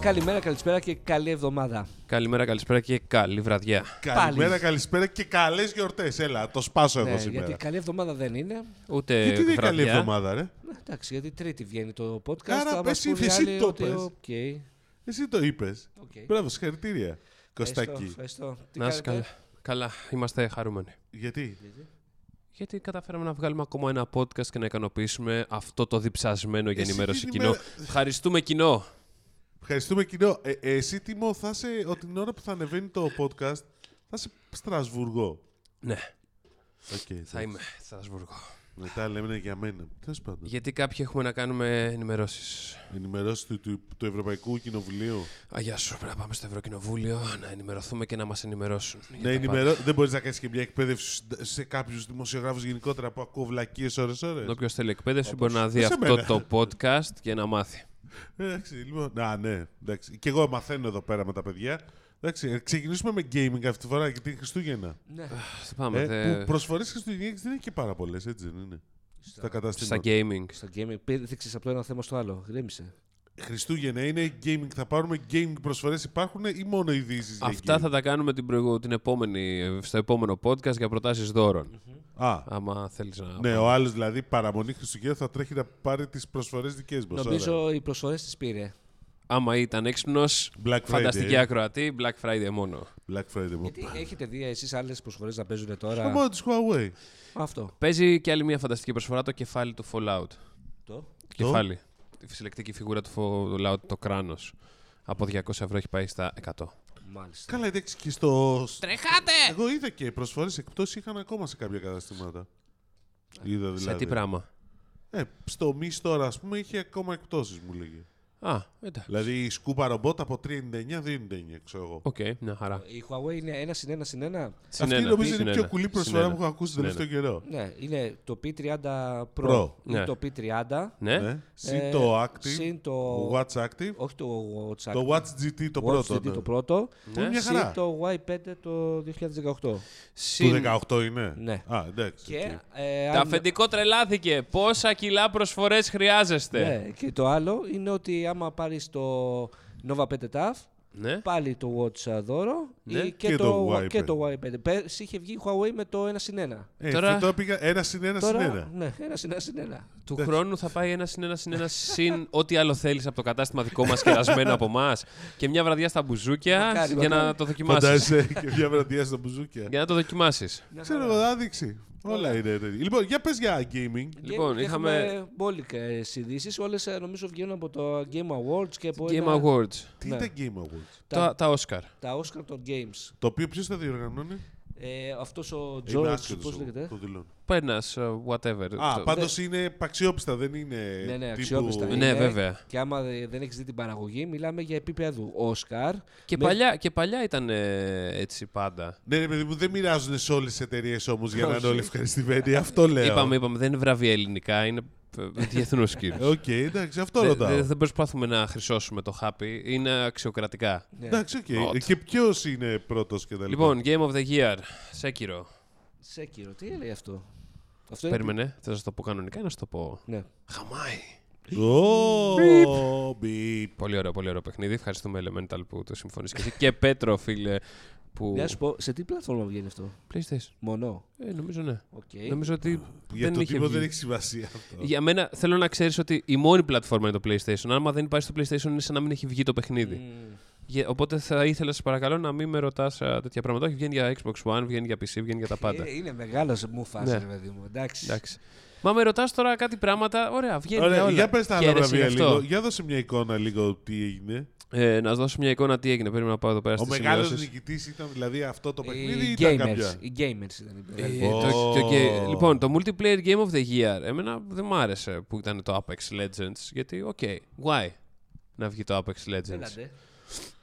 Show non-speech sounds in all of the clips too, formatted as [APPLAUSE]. καλημέρα, καλησπέρα και καλή εβδομάδα. Καλημέρα, καλησπέρα και καλή βραδιά. Καλημέρα, Καλημέρα, καλησπέρα και καλές γιορτές. Έλα, το σπάσω εγώ ναι, σήμερα. γιατί καλή εβδομάδα δεν είναι. Ούτε Γιατί δεν είναι Ε, βραδιά. καλή εβδομάδα, ρε. Ναι, εντάξει, γιατί τρίτη βγαίνει το podcast. Άρα, θα μας πες, πούνε οι εσύ άλλοι το ότι, πες. οκ, Εσύ το είπες. οκ. Μπράβο, συγχαρητήρια. Ευχαριστώ, Κωστακή. Ευχαριστώ. Τι Να είσαι κάνετε? καλά. Καλά, είμαστε χαρούμενοι. Γιατί. Γιατί καταφέραμε να βγάλουμε ακόμα ένα podcast και να ικανοποιήσουμε αυτό το διψασμένο για Εσύ ενημέρωση την κοινό. ημέρα- Ευχαριστούμε κοινό. Ευχαριστούμε κοινό. Ε, ε, εσύ, Τίμω, θα είσαι, ότι την ώρα που θα ανεβαίνει το podcast, θα είσαι Στρασβουργό. Ναι, Okay, θα είμαι Στρασβούργο. Μετά λέμε για μένα. Τέλος πάντων. Γιατί κάποιοι έχουμε να κάνουμε ενημερώσεις. Ενημερώσεις του, του, του Ευρωπαϊκού Κοινοβουλίου. Αγιά σου, πρέπει να πάμε στο Ευρωκοινοβούλιο να ενημερωθούμε και να μας ενημερώσουν. για Ναι, τα ενημερώ... Δεν μπορείς να κάνεις και μια εκπαίδευση σε- σε κάποιους δημοσιογράφους γενικότερα που ακούω βλακίες ώρε-ώρε. πάντα. Όποιος θέλει εκπαίδευση μπορεί να δει Σε αυτό μένα. το podcast και να μάθει. Εντάξει, λοιπόν. Να, ναι. Εντάξει. Και εγώ μαθαίνω εδώ πέρα με τα παιδιά. Εντάξει, ε, ξεκινήσουμε με gaming αυτή τη φορά γιατί είναι Χριστούγεννα. Ναι. Θα πάμε Ε, δε- που προσφορές Χριστουγεννιάτικε δεν είναι και πάρα πολλές, έτσι δεν είναι. Στα στα καταστήματα. gaming. Στο gaming πήδηξες από το ένα θέμα στο άλλο. Γκρέμισε. Χριστούγεννα είναι gaming. Θα πάρουμε gaming προσφορές, υπάρχουν ή μόνο ειδήσεις. Αυτά θα τα κάνουμε την προηγου- την επόμενη, στο επόμενο podcast για προτάσεις δώρων. Α, Άμα θέλεις να... ναι, ο άλλος δηλαδή παραμονή Χριστουγέννων θα τρέχει να πάρει τις προσφορές δικές μας. Νομίζω οι προσφορές τη πήρε. Άμα ήταν έξυπνος, Black Friday, φανταστική ε. ακροατή, Black Friday μόνο. Black Friday. μου. Γιατί έχετε δει εσείς άλλες προσφορές να παίζουν Το τώρα. μόνο τη Huawei. Αυτό. Παίζει και άλλη μια φανταστική προσφορά το κεφάλι του Fallout. Το. Κεφάλι. Τη συλλεκτική φιγούρα του Fallout, το κράνος. Από 200 ευρώ έχει πάει στα 100. Μάλιστα. Καλά, εντάξει και στο. Τρεχάτε! Εγώ είδα και προσφορέ εκτό είχαν ακόμα σε κάποια καταστήματα. Είδα δηλαδή. Σε τι πράγμα. Ε, στο μης τώρα, ας πούμε, είχε ακόμα εκπτώσεις, μου λέγε. Α, εντάξει. Δηλαδή η σκούπα ρομπότ από 3,99-2,99, ξέρω εγώ. Οκ, μια χαρά. Η Huawei είναι ένα συν ένα συν ένα. Αυτή Συνένα, νομίζω είναι η συνένα, πιο κουλή προσφορά συνένα. που έχω ακούσει τον τελευταίο καιρό. Ναι, είναι το P30 Pro, Pro, ή ναι. το P30. Ναι. Ναι. Συν το Active, Ε, συν το- Watch Active, Όχι το Watch το Active, Watch GT το Watch πρώτο. GT ναι. το πρώτο. Που είναι μια συν χαρά. το Y5 το 2018. Συν- Του 18 είναι. Ναι. Α, εντάξει. Και, οκ. ε, Το αν- αφεντικό τρελάθηκε. Πόσα κιλά προσφορές χρειάζεστε. ναι, και το άλλο είναι ότι άμα πάρεις το Nova 5 TAF, Ναι. πάλι το Watch α, δώρο Ναι, ή και, Ε. και το, το Y5. Y5. και το Y5. Πέρσι είχε βγει η Huawei με το 1 συν 1. Ε, Τώρα- αυτό πήγα ένα συν ένα Τώρα, συν ένα. ναι, 1 συν 1 συν 1. Του χρόνου θα πάει ένα συν ένα συν ένα συν ό,τι άλλο θέλεις από το κατάστημα δικό μας κερασμένο από εμάς και μια βραδιά στα μπουζούκια Μακάρι, για να μακάρι. το δοκιμάσεις. Φαντάζεσαι [LAUGHS] και μια βραδιά στα Ναι, μπουζούκια. Για να το δοκιμάσεις. Ξέρω εγώ, άδειξη. Όλα είναι. ρε. Λοιπόν, για πες για gaming. Ναι. Λοιπόν, είχαμε Έχουμε μπόλικες ειδήσεις. Όλες ε, νομίζω βγαίνουν από το Game Awards και από Game ένα- Awards. Τι Ναι. είναι τα Game Awards. Τα, τα Oscar. τα Oscar των Games. Το οποίο ποιος τα διοργανώνει. Ε, αυτός ο Είμαι George, άσχετος πώς εγώ, λέγεται. Το δηλώνω. Παίρνα, ε, whatever. Α, Το- πάντως είναι παξιόπιστα, δεν είναι. Ναι, ναι, τύπου- αξιόπιστα. Ε, Ναι, βέβαια. Και άμα δε- δεν έχεις δει την παραγωγή, μιλάμε για επίπεδο Όσκαρ. Και, παλιά, και παλιά ήταν ε, έτσι πάντα. Ναι, ρε παιδί μου, δεν μοιράζονται σε όλες τις εταιρείες όμως για να είναι όλοι ευχαριστημένοι. αυτό λέω. Είπαμε, είπαμε, δεν είναι βραβεία ελληνικά, είναι διεθνού [LAUGHS] κύριο. Οκ, εντάξει, αυτό Ναι, ρωτάω. Δεν προσπαθούμε να χρυσώσουμε το χάπι, είναι αξιοκρατικά. Εντάξει, οκ. Not. Και ποιος είναι πρώτος και τα λοιπά. ναι. Λοιπόν, Game of the Year, Σέκυρο. Σέκυρο, τι λέει αυτό. Αυτό είναι. Περίμενε, θα σα το πω κανονικά ή να σα το πω. Ναι. Χαμάει. Ω, μπιπ. Πολύ ωραίο, πολύ ωραίο παιχνίδι. Ευχαριστούμε Elemental που το συμφωνείς και εσύ. και Πέτρο, φίλε, που. Να σου πω, σε τι πλατφόρμα βγαίνει αυτό. PlayStation. Μονό. Ε, νομίζω ναι. Οκ. Νομίζω ότι Για δεν το είχε τύπο βγει. δεν έχει σημασία αυτό. Για μένα θέλω να ξέρεις ότι η μόνη πλατφόρμα είναι το PlayStation. Άμα δεν υπάρχει το PlayStation είναι σαν να μην έχει βγει το παιχνίδι. Γε- Οπότε θα ήθελα σας παρακαλώ να μην με ρωτάς α, τέτοια πράγματα. Όχι, βγαίνει για Xbox One, βγαίνει για PC, βγαίνει για τα πάντα. Ε, είναι μεγάλος μου φάση, Ναι. ρε παιδί μου. Εντάξει. Εντάξει. Μα με ρωτάς τώρα κάτι πράγματα. Ωραία, βγαίνει για Ωραία, όλα. για πες τα άλλα Χαίρεσαι γι' βραβεία αυτό. λίγο. Για δώσε μια εικόνα λίγο τι έγινε. Ε, να σας δώσω μια εικόνα τι έγινε. Περίμενα να πάω εδώ πέρα Ο στις μεγάλος σημειώσεις. νικητής ήταν δηλαδή αυτό το παιχνίδι ή Ε, Οι ήταν gamers, κάποια. οι gamers ήταν οι Ε, μεγάλοι. το- το Ω. γκε- Λοιπόν, το multiplayer game of the year. Εμένα δεν μου άρεσε που ήταν το Apex Legends. Γιατί, οκ, why να βγει το Apex Legends. Έλατε.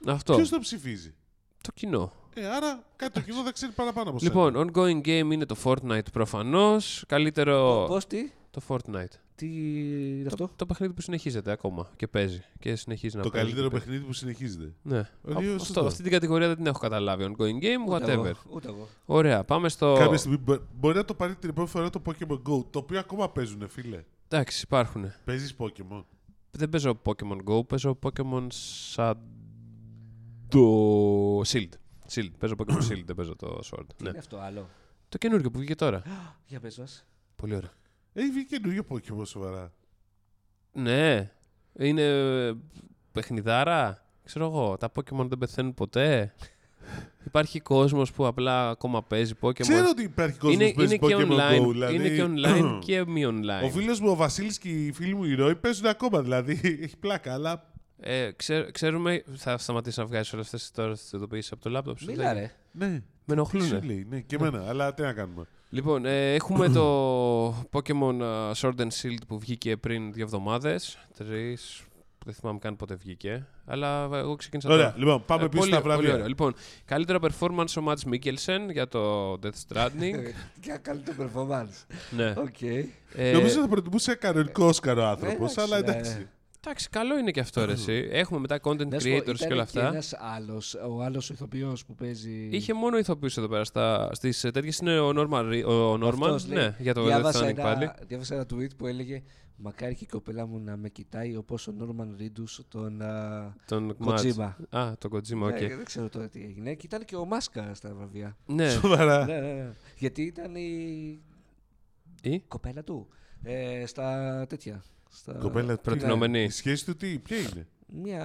Αυτό. Ποιος το ψηφίζει. Το κοινό. Ε, άρα κάτι το κοινό δεν ξέρει παραπάνω από Λοιπόν, ongoing game είναι το Fortnite προφανώς. Καλύτερο. Πώς τι, Το Fortnite. τι είναι Το, αυτό. το παιχνίδι που συνεχίζεται ακόμα και παίζει. Και συνεχίζει να Το παίζει. καλύτερο παιχνίδι που συνεχίζεται. Ναι. Ο Α, δύο αυτό- σωστό. αυτή την κατηγορία δεν την έχω καταλάβει. Ongoing game, Ούτε whatever. εγώ, Ούτε εγώ. Ωραία, πάμε στο. Κάποια στιγμή μπο- μπορεί να το πάρει την επόμενη φορά το Pokemon Go, το οποίο ακόμα παίζουνε, φίλε. Εντάξει, υπάρχουν. Παίζεις Pokemon. δεν παίζω Pokemon Go, παίζω Pokemon σαν το Shield. Shield. Παίζω Pokemon Shield, δεν παίζω το Sword. Τι ναι. είναι αυτό άλλο. Το καινούργιο που βγήκε τώρα. Για πες μας. Πολύ ωραίο. Έχει βγει Ε, καινούργιο Pokemon σοβαρά. Ναι. Είναι ε, παιχνιδάρα. Ξέρω εγώ, τα Pokemon δεν πεθαίνουν ποτέ. Υπάρχει κόσμος που απλά ακόμα παίζει Pokemon. Ξέρω ότι υπάρχει κόσμος είναι, που παίζει είναι, και Pokemon online, Go. Δηλαδή... είναι και online και μη online. Ο φίλος μου, ο Βασίλης και οι φίλοι μου οι Ροϊ παίζουν ακόμα. Δηλαδή [LAUGHS] έχει πλάκα, αλλά. Ε, ξέ- ξέρουμε, θα σταματήσει να βγάζεις όλες αυτές τις τώρα τι ειδοποιήσει από το λάπτοπ. σου, Μίλα δεν- ρε. Ναι, Με σου ενοχλούν. λέει, ναι, και εμένα. Αλλά τι να κάνουμε. Λοιπόν, ε, έχουμε το Pokemon ε, Sword and Shield που βγήκε πριν δύο εβδομάδες. Τρεις. Δεν θυμάμαι καν πότε βγήκε. Αλλά ε, εγώ ξεκίνησα Ωραία, τώρα. λοιπόν, πάμε Ε, πίσω στα πολύ, πολύ ωραίο. βραβεία. Λοιπόν, καλύτερο performance ο Mats Mikkelsen για το Death [LAUGHS] Stranding. Για καλύτερο performance. ναι. Οκ. Ε, Νομίζω θα προτιμούσε κανονικό Όσκαρ ο άνθρωπος, εντάξει, αλλά ναι. εντάξει. Εντάξει, καλό είναι και αυτό, ρε, εσύ. Έχουμε μετά content Να σου πω, creators ήταν και όλα Και αυτά. ένας άλλος, ο άλλος ηθοποιός που παίζει... Είχε μόνο ηθοποιούς εδώ πέρα. Στα... Στις τέτοιες είναι ο Νόρμαν. Ρι- Ο Νόρμαν Αυτός λέει, ναι, για το Death διάβασα Stranding πάλι. ένα, διάβασα ένα tweet που έλεγε «Μακάρι και η κοπέλα μου να με κοιτάει όπως ο Νόρμαν Ρίντους τον α, Τον Kojima». Kojima. Α, τον Kojima, οκ. Ναι, δεν ξέρω τώρα τι έγινε. Και ήταν και ο Μάσκα στα βραβεία. Ναι. Σοβαρά. ναι, ναι, ναι. Γιατί ήταν η Ή? κοπέλα του ε, στα τέτοια. Στα... Κοπέλα, προτινόμενη. Προτινόμενη. Η σχέση του τι, ποια είναι. Μια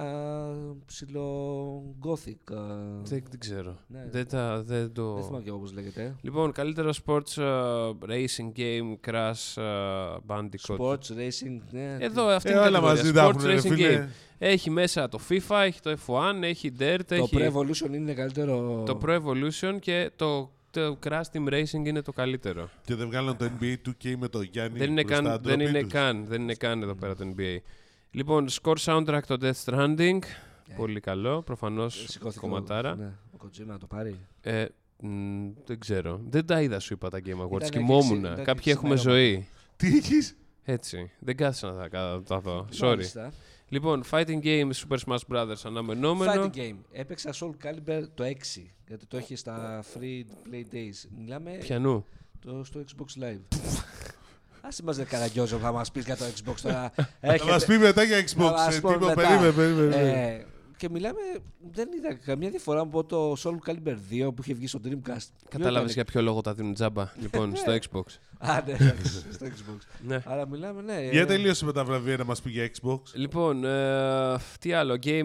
ψηλό gothic. α, Δεν, δεν ξέρω. Ναι. Δεν, τα, δεν Δεν το. θυμάμαι και όπως λέγεται. Λοιπόν, καλύτερο sports uh, racing game Crash uh, Bandicoot. Sports racing. Ναι, Εδώ αυτή Ε, είναι η κατηγορία. όλα μαζί τα Sports έχουν, ρε, racing φίλε. game. Έχει μέσα το FIFA, έχει το F1, έχει Dirt, το έχει Pro Evolution είναι καλύτερο. το Pro Evolution και το, το Crash Team Racing είναι το καλύτερο. Και δεν βγάλαν το NBA 2K με το Γιάννη Δεν είναι, Ναι, μπροστά, καν, δεν, ντροπή είναι τους. καν, δεν είναι καν εδώ πέρα το NBA. Λοιπόν, score soundtrack το Death Stranding. Πολύ καλό, προφανώς Ε. Σηκώθηκε κομματάρα. Ο, ναι, ο Kojima να το πάρει. Ε, μ, δεν ξέρω. Δεν τα είδα, σου είπα τα Game Awards. και Κοιμόμουν. ξυ- ήταν και Κάποιοι έχουμε ξημέρωμα. ζωή. Τι έχεις. Έτσι. Δεν κάθισα να τα, κα- τα δω. Sorry. Μάλιστα. Λοιπόν, Fighting Games Super Smash Brothers αναμενόμενο. Fighting game. Έπαιξα Soul Calibur το 6. Γιατί το έχει στα free play days. Μιλάμε Πιανού. το, στο Xbox [LAUGHS] Live. Άσε μας δεν καραγκιόζο που θα μας πεις για το Xbox τώρα. Θα μας Έχετε- πει μετά για Θα Xbox. μας ε, πω Τίποτα, μετά. περίμενε, περίμενε. Ε, και μιλάμε, δεν είδα καμία διαφορά από το Soul Calibur 2 που είχε βγει στο Dreamcast. Κατάλαβε Ποιο για ποιο λόγο τα [LAUGHS] δίνουν τζάμπα. λοιπόν, στο Xbox. ήταν- Α, ναι, εντάξει, [LAUGHS] στο Xbox. Ναι. Άρα μιλάμε, ναι. ε, Για τελείωσε με τα βραβεία να μας πει για Xbox. Λοιπόν, ε, τι άλλο. Game, ε,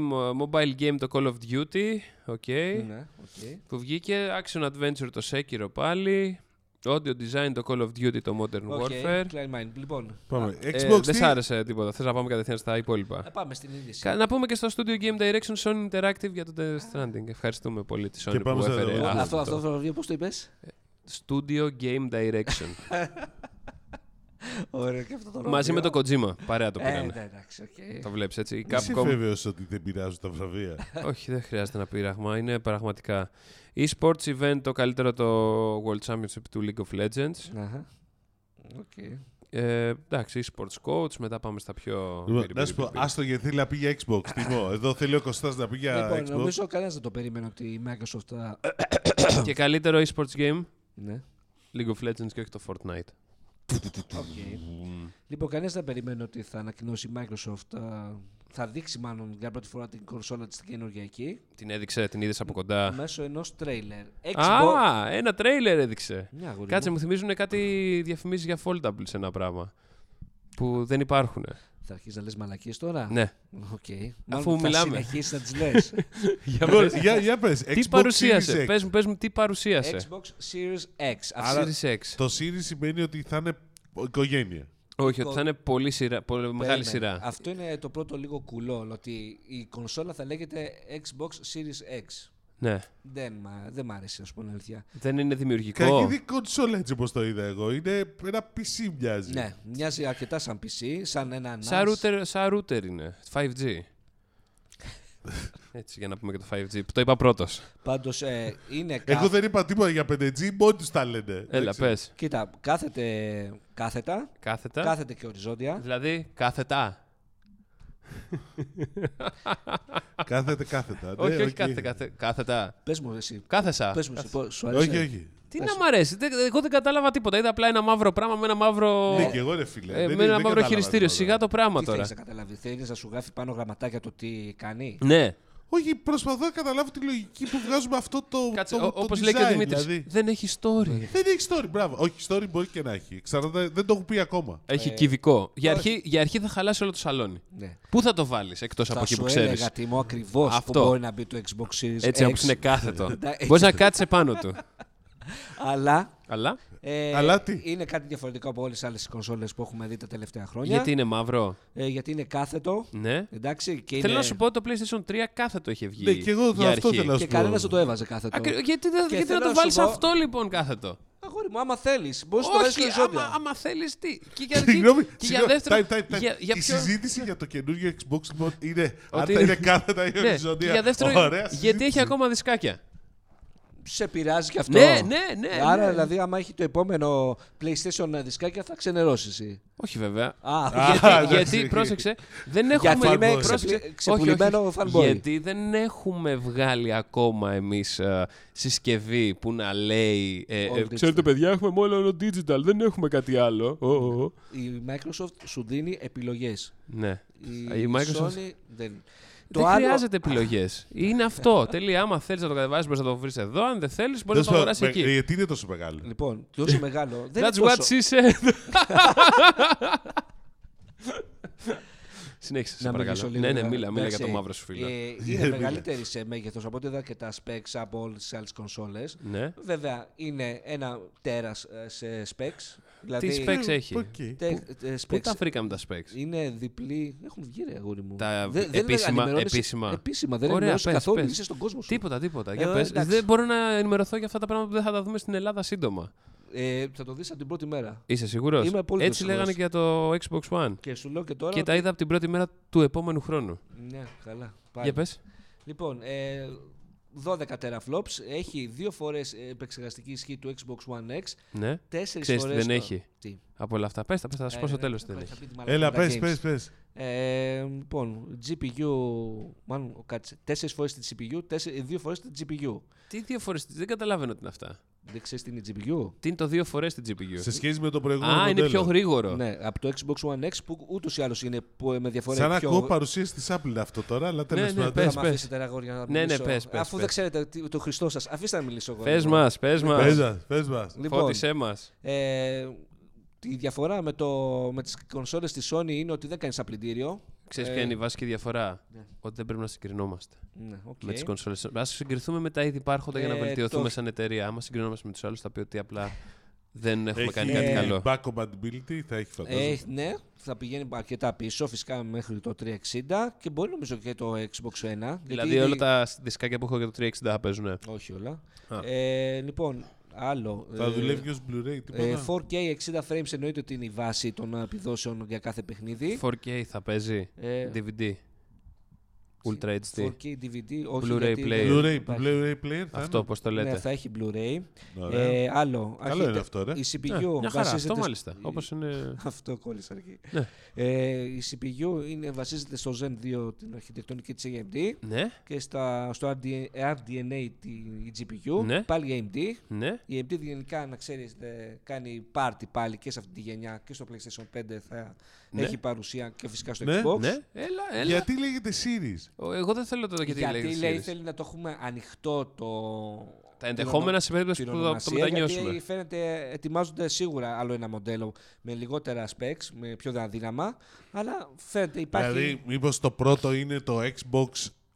mobile game το Call of Duty. Οκ. Ναι, οκ. που βγήκε. Action Adventure το Sekiro πάλι. Audio Design το Call of Duty το Modern Οκ, Warfare. Klein Mind. Λοιπόν, Πάμε. Ε, Xbox. δεν σ' τι? άρεσε τίποτα. Θες να πάμε κατευθείαν στα υπόλοιπα. να ε, πάμε στην είδηση. Κα- Να πούμε και στο Studio Game Direction Sony Interactive για το Death Stranding. Ευχαριστούμε πολύ τη Sony Και πάμε που στο έφερε δεύτερο. Αυτό, Ε, αυτό. αυτό, αυτό το βραβείο, πώς το είπες. Studio Game Direction. [LAUGHS] Ωραία, και αυτό το Μαζί με το βραβείο. Kojima. Παρέα το Ε, πήρανε. ναι, εντάξει, οκ. Το βλέπεις έτσι. Η Είσαι Capcom. βέβαιος ότι δεν πειράζουν τα βραβεία. Όχι, δεν χρειάζεται να πείραγμα. Είναι πραγματικά. E-Sports Event το καλύτερο το World Championship του League of Legends. Αχα. Οκ. Ε, εντάξει, e-sports coach, μετά πάμε στα πιο. Λοιπόν, πύρι, Να πύρι, σου πω, πύρι. άστο γιατί θέλει να πει για Xbox. [LAUGHS] Τιμό. Εδώ θέλει ο Κωστάς να πει για Λοιπόν, Xbox. νομίζω κανένας δεν το περίμενε ότι η Microsoft θα. Και καλύτερο e-sports game, ναι. League of Legends και όχι το Fortnite. Οκ. Λοιπόν, κανένα δεν περιμένει ότι θα ανακοινώσει η Microsoft. α, Θα δείξει μάλλον για πρώτη φορά την κονσόλα της καινούργια εκεί. Την έδειξε, την είδες από κοντά. Μέσω ενός τρέιλερ. Α, ένα τρέιλερ έδειξε. Μια αγόρι Κάτσε, μου. μου θυμίζουν κάτι διαφημίσεις για foldables ένα πράγμα. Που δεν υπάρχουν. Θα αρχίσεις να λες μαλακίες τώρα. Ναι. Οκ. Αφού Μάλλον θα μιλάμε. συνεχίσεις να τις λες. [LAUGHS] Για Λοιπόν, πες. Για για πες. τι Xbox Series παρουσίασε. X. Πες μου, πες μου, τι παρουσίασε. Xbox Series X. Αυτή Series X. Το Series σημαίνει ότι θα είναι οικογένεια. Όχι, ότι θα είναι πολύ, σειρά, πολύ Περίμενε. μεγάλη σειρά. Αυτό είναι το πρώτο λίγο κουλό. Ότι η κονσόλα θα λέγεται Xbox Series X. Ναι. Δεν, μα- δεν μ' άρεσε, να σου πω την αλήθεια. Δεν είναι δημιουργικό. Κακή κονσόλα έτσι όπως το είδα εγώ. Είναι ένα PC μοιάζει. Ναι, μοιάζει αρκετά σαν PC, σαν ένα NAS. Σαν router, σαν router είναι. 5G. Έτσι, για να πούμε και το 5G. Που το είπα πρώτος. Πάντως ε, είναι Εγώ κάπου- δεν είπα τίποτα για 5G, μόνοι τους τα λένε. Έλα, Εντάξει. πες. Κοίτα, κάθεται κάθετα, Κάθετα. κάθεται και οριζόντια. Δηλαδή, κάθετα. Κάθεται, κάθετα. Ναι, όχι, όχι, οκ. κάθετα. Κάθετα. Ε, Πες μου εσύ, Κάθεσα. πες μου εσύ, πώς σου άρεσε. Όχι, όχι. Τι Τι να μ' αρέσει. Δεν- Εγώ δεν κατάλαβα τίποτα. Είδα απλά ένα μαύρο πράγμα με ένα μαύρο. Ναι, και εγώ ρε φίλε. Ε, δεν- με ένα δεν μαύρο κατάλαβα χειριστήριο. τίποτα. Σιγά το πράγμα Τι ε? τώρα. θέλει να καταλάβεις, θέλεις να σου γράφει πάνω γραμματάκια το τι κάνει. Ναι. Όχι, προσπαθώ να καταλάβω τη λογική που βγάζουμε αυτό το. Κάτσε, το- το όπως λέει και ο design, Δημήτρης. δηλαδή. Δεν έχει story. Δεν έχει story, μπράβο. Όχι, story μπορεί και να έχει. Εξαρτάται, δεν το έχω πει ακόμα. Έχει κυβικό. Για αρχή, για αρχή θα χαλάσει όλο το σαλόνι. Ε, Ναι. Πού θα το βάλεις εκτός από Θα εκεί σου που ξέρεις. έλεγα τιμό ακριβώς που Αυτό. μπορεί να μπει το Xbox Series Έτσι X, όπω είναι κάθετο. [LAUGHS] Εντάξει. Μπορείς να κάτσεις πάνω [LAUGHS] του. Αλλά, Αλλά. ε, Αλλά τι? είναι κάτι διαφορετικό από όλες τις άλλες κονσόλες που έχουμε δει τα τελευταία χρόνια. Γιατί είναι μαύρο. ε, γιατί είναι κάθετο. Ναι. Εντάξει, και Θέλω Ε, είναι... να σου πω ότι το PlayStation 3 κάθετο είχε βγει. Ναι, και εγώ για αυτό αρχή. θέλω να Και σου κανένα πω. δεν το έβαζε κάθετο. Ακρι- Γιατί, δεν- Και γιατί θέλω να το να βάλεις σου πω- αυτό λοιπόν κάθετο. Αγόρι μου, άμα θέλεις, μπορείς να το βάλει Όχι, άμα, οριζόντια. άμα θέλεις τι. Ε, Και για, αρχή- [LAUGHS] Συγγνώμη, και για συγγνώμη, δεύτερο. time, time, time. Για, για Η ποιο- συζήτηση για το καινούργιο Xbox λοιπόν είναι αν Ότι- θα είναι κάθετα Ναι, ή και οριζόντια. για δεύτερο. Ωραία συζήτηση. γιατί έχει ακόμα δισκάκια. Σε πειράζει και αυτό. Ναι, ναι, ναι, Άρα, ναι. δηλαδή, άμα έχει το επόμενο PlayStation δισκάκια, θα ξενερώσει εσύ. Όχι βέβαια. Α, γιατί, [LAUGHS] εντάξει. γιατί, πρόσεξε, δεν έχουμε... Γιατί είμαι πρόσεξε, ξεπλη- όχι, ξεπουλημένο όχι. fanboy. Γιατί δεν έχουμε βγάλει ακόμα εμείς ε, συσκευή που να λέει... ε, ε, All ξέρετε digital. παιδιά, έχουμε μόνο όλο digital, δεν έχουμε κάτι άλλο. Ω, ω, ω. [LAUGHS] η Microsoft σου δίνει επιλογές. Ναι. Η, Η Microsoft Sony δεν. δεν χρειάζεται επιλογές. Είναι [LAUGHS] αυτό. Τελεία. Άμα θέλεις να το κατεβάσεις, μπορείς να το βρεις εδώ. Αν δεν θέλεις, μπορείς να το αγοράσεις Τέλος πάντων, με- εκεί. Ναι, Γιατί είναι τόσο μεγάλο. Λοιπόν, τόσο μεγάλο. δεν είναι That's what τόσο- she [LAUGHS] said. Συνέχισε, σε Να παρακαλώ. μιλήσω λίγο. Ναι, ναι, να- μίλα, μίλα για εντάξει, το μαύρο σου φίλο. [LAUGHS] Ε, είναι μεγαλύτερη σε μέγεθος από ό,τι είδα και τα specs από όλες τις άλλες κονσόλες. Ναι. Βέβαια, είναι ένα τέρας σε specs. Δηλαδή, Τι specs έχει. Οκ. τε- ε, Πού τα specs βρήκαμε τα specs. είναι διπλή. Έχουν βγει, ρε αγόρι μου. Τα Δεν- δεν επίσημα- ενημερώνεις- επίσημα. Επίσημα, δεν Ωραία, ενημερώνεις πες, καθόλου. πες. Είσαι στον κόσμο σου. Τίποτα, τίποτα. Ε, Για πες. εντάξει. Δεν μπορώ να ενημερωθώ για αυτά τα πράγματα που δεν θα τα δούμε στην Ελλάδα σύντομα. Ε, θα το δεις από την πρώτη μέρα. Είσαι σίγουρος. Είμαι απόλυτα Έτσι σίγουρος. λέγανε και για το Xbox One. Και σου λέω και τώρα. Και τα είδα από την πρώτη μέρα του επόμενου χρόνου. Ναι, καλά. Πάλι. Για πες. Λοιπόν, ε, 12 teraflops. Έχει δύο φορές επεξεργαστική ισχύ του Xbox One X. Ναι. Τέσσερις φορέ. Ξέρεις τι δεν έχει. Τι. Από όλα αυτά. Πες τα, πες τα, θα σου πω στο τέλο τι δεν έχει. Έλα, πες, πες, πες. Ε, λοιπόν, GPU. Μάλλον, κάτσε. Τέσσερις φορές την CPU, τέσσερι, δύο φορές την GPU. Τι δύο φορές. Δεν καταλαβαίνω τι είναι αυτά. Δεν ξέρεις τι είναι η GPU. Τι είναι το δύο φορές την GPU. Σε σχέση με το προηγούμενο. Α, είναι μοντέλο. πιο γρήγορο. Ναι, από το Xbox One X που ούτως ή άλλως είναι που- ε, με διαφορά. Σαν να πιο... ακούω παρουσίαση τη Apple είναι αυτό τώρα, αλλά τέλος ναι, Δεν πες, θα πάντων. μ' πες. αφήσετε, ρε αγόρια, να Ναι, ναι, μιλήσω. πες, πες, Αφού πες. δεν ξέρετε τι- το Χριστό σας, αφήστε να μιλήσω εγώ. Πε Λοιπόν. μας, πες Πες μας. μας, πες Ναι, μας. Λοιπόν, Φώτισέ μας. ε, τη διαφορά με, το, με τις κονσόλες της Sony είναι ότι δεν κάνεις απλυντήριο. Ξέρει ποια είναι ε, η βασική διαφορά. Ότι δεν πρέπει να συγκρινόμαστε Ναι, οκ. με τις κονσόλες. Ας συγκριθούμε με τα ήδη υπάρχοντα για να Ε, βελτιωθούμε το- σαν εταιρεία. Άμα συγκρινόμαστε με τους άλλους, θα πει ότι απλά δεν έχουμε Έχει κάνει κάτι ε, καλό. Back compatibility θα έχει Ε, φαντάζομαι. ναι, θα πηγαίνει αρκετά πίσω, φυσικά μέχρι το 360 και μπορεί νομίζω και το Xbox One. γιατί Δηλαδή, ήδη- όλα τα δισκάκια που έχω για το 360 θα παίζουν. Όχι όλα. Ε, λοιπόν, άλλο. Θα ε, δουλεύει και ως Blu-ray, ε, τίποτα. 4K 60 frames εννοείται ότι είναι η βάση των επιδόσεων για κάθε παιχνίδι. 4K θα παίζει. Ε, DVD. Ultra HD. 4K DVD, όχι Blu-ray γιατί δεν player. Blu-ray, υπάρχει. Blu-ray player θα ε, Αυτό, είναι. πώς το Ναι, λέτε. θα έχει Blu-ray. Ωραία. Ε, άλλο. Καλό Αρχίτε- είναι αυτό, ρε. Η CPU Ε, Μια χαρά. βασίζεται Αυτό σ- μάλιστα. Όπως είναι. [LAUGHS] Αυτό κόλλησα εκεί. Ε, η CPU είναι, βασίζεται στο Zen 2 την αρχιτεκτονική της AMD Ναι, και στα, στο RD, RDNA την η GPU, Ναι. πάλι AMD. ναι. Η AMD γενικά, να ξέρεις, ε, κάνει party πάλι και σε αυτή τη γενιά και στο PlayStation 5 θα Ναι. έχει παρουσία και φυσικά στο Ναι, Xbox. Ναι, έλα, έλα. Γιατί λέγεται series. Ο- Εγώ δεν θέλω τώρα γιατί, Γιατί, λέγεται λέει, series. θέλει να το έχουμε ανοιχτό το... Τα ενδεχόμενα σε περίπτωση την που θα το ονομασία, μετανιώσουμε. Γιατί φαίνεται, ετοιμάζονται σίγουρα άλλο ένα μοντέλο με λιγότερα specs, με πιο αδύναμα, αλλά φαίνεται υπάρχει. Δηλαδή, μήπως το πρώτο είναι το Xbox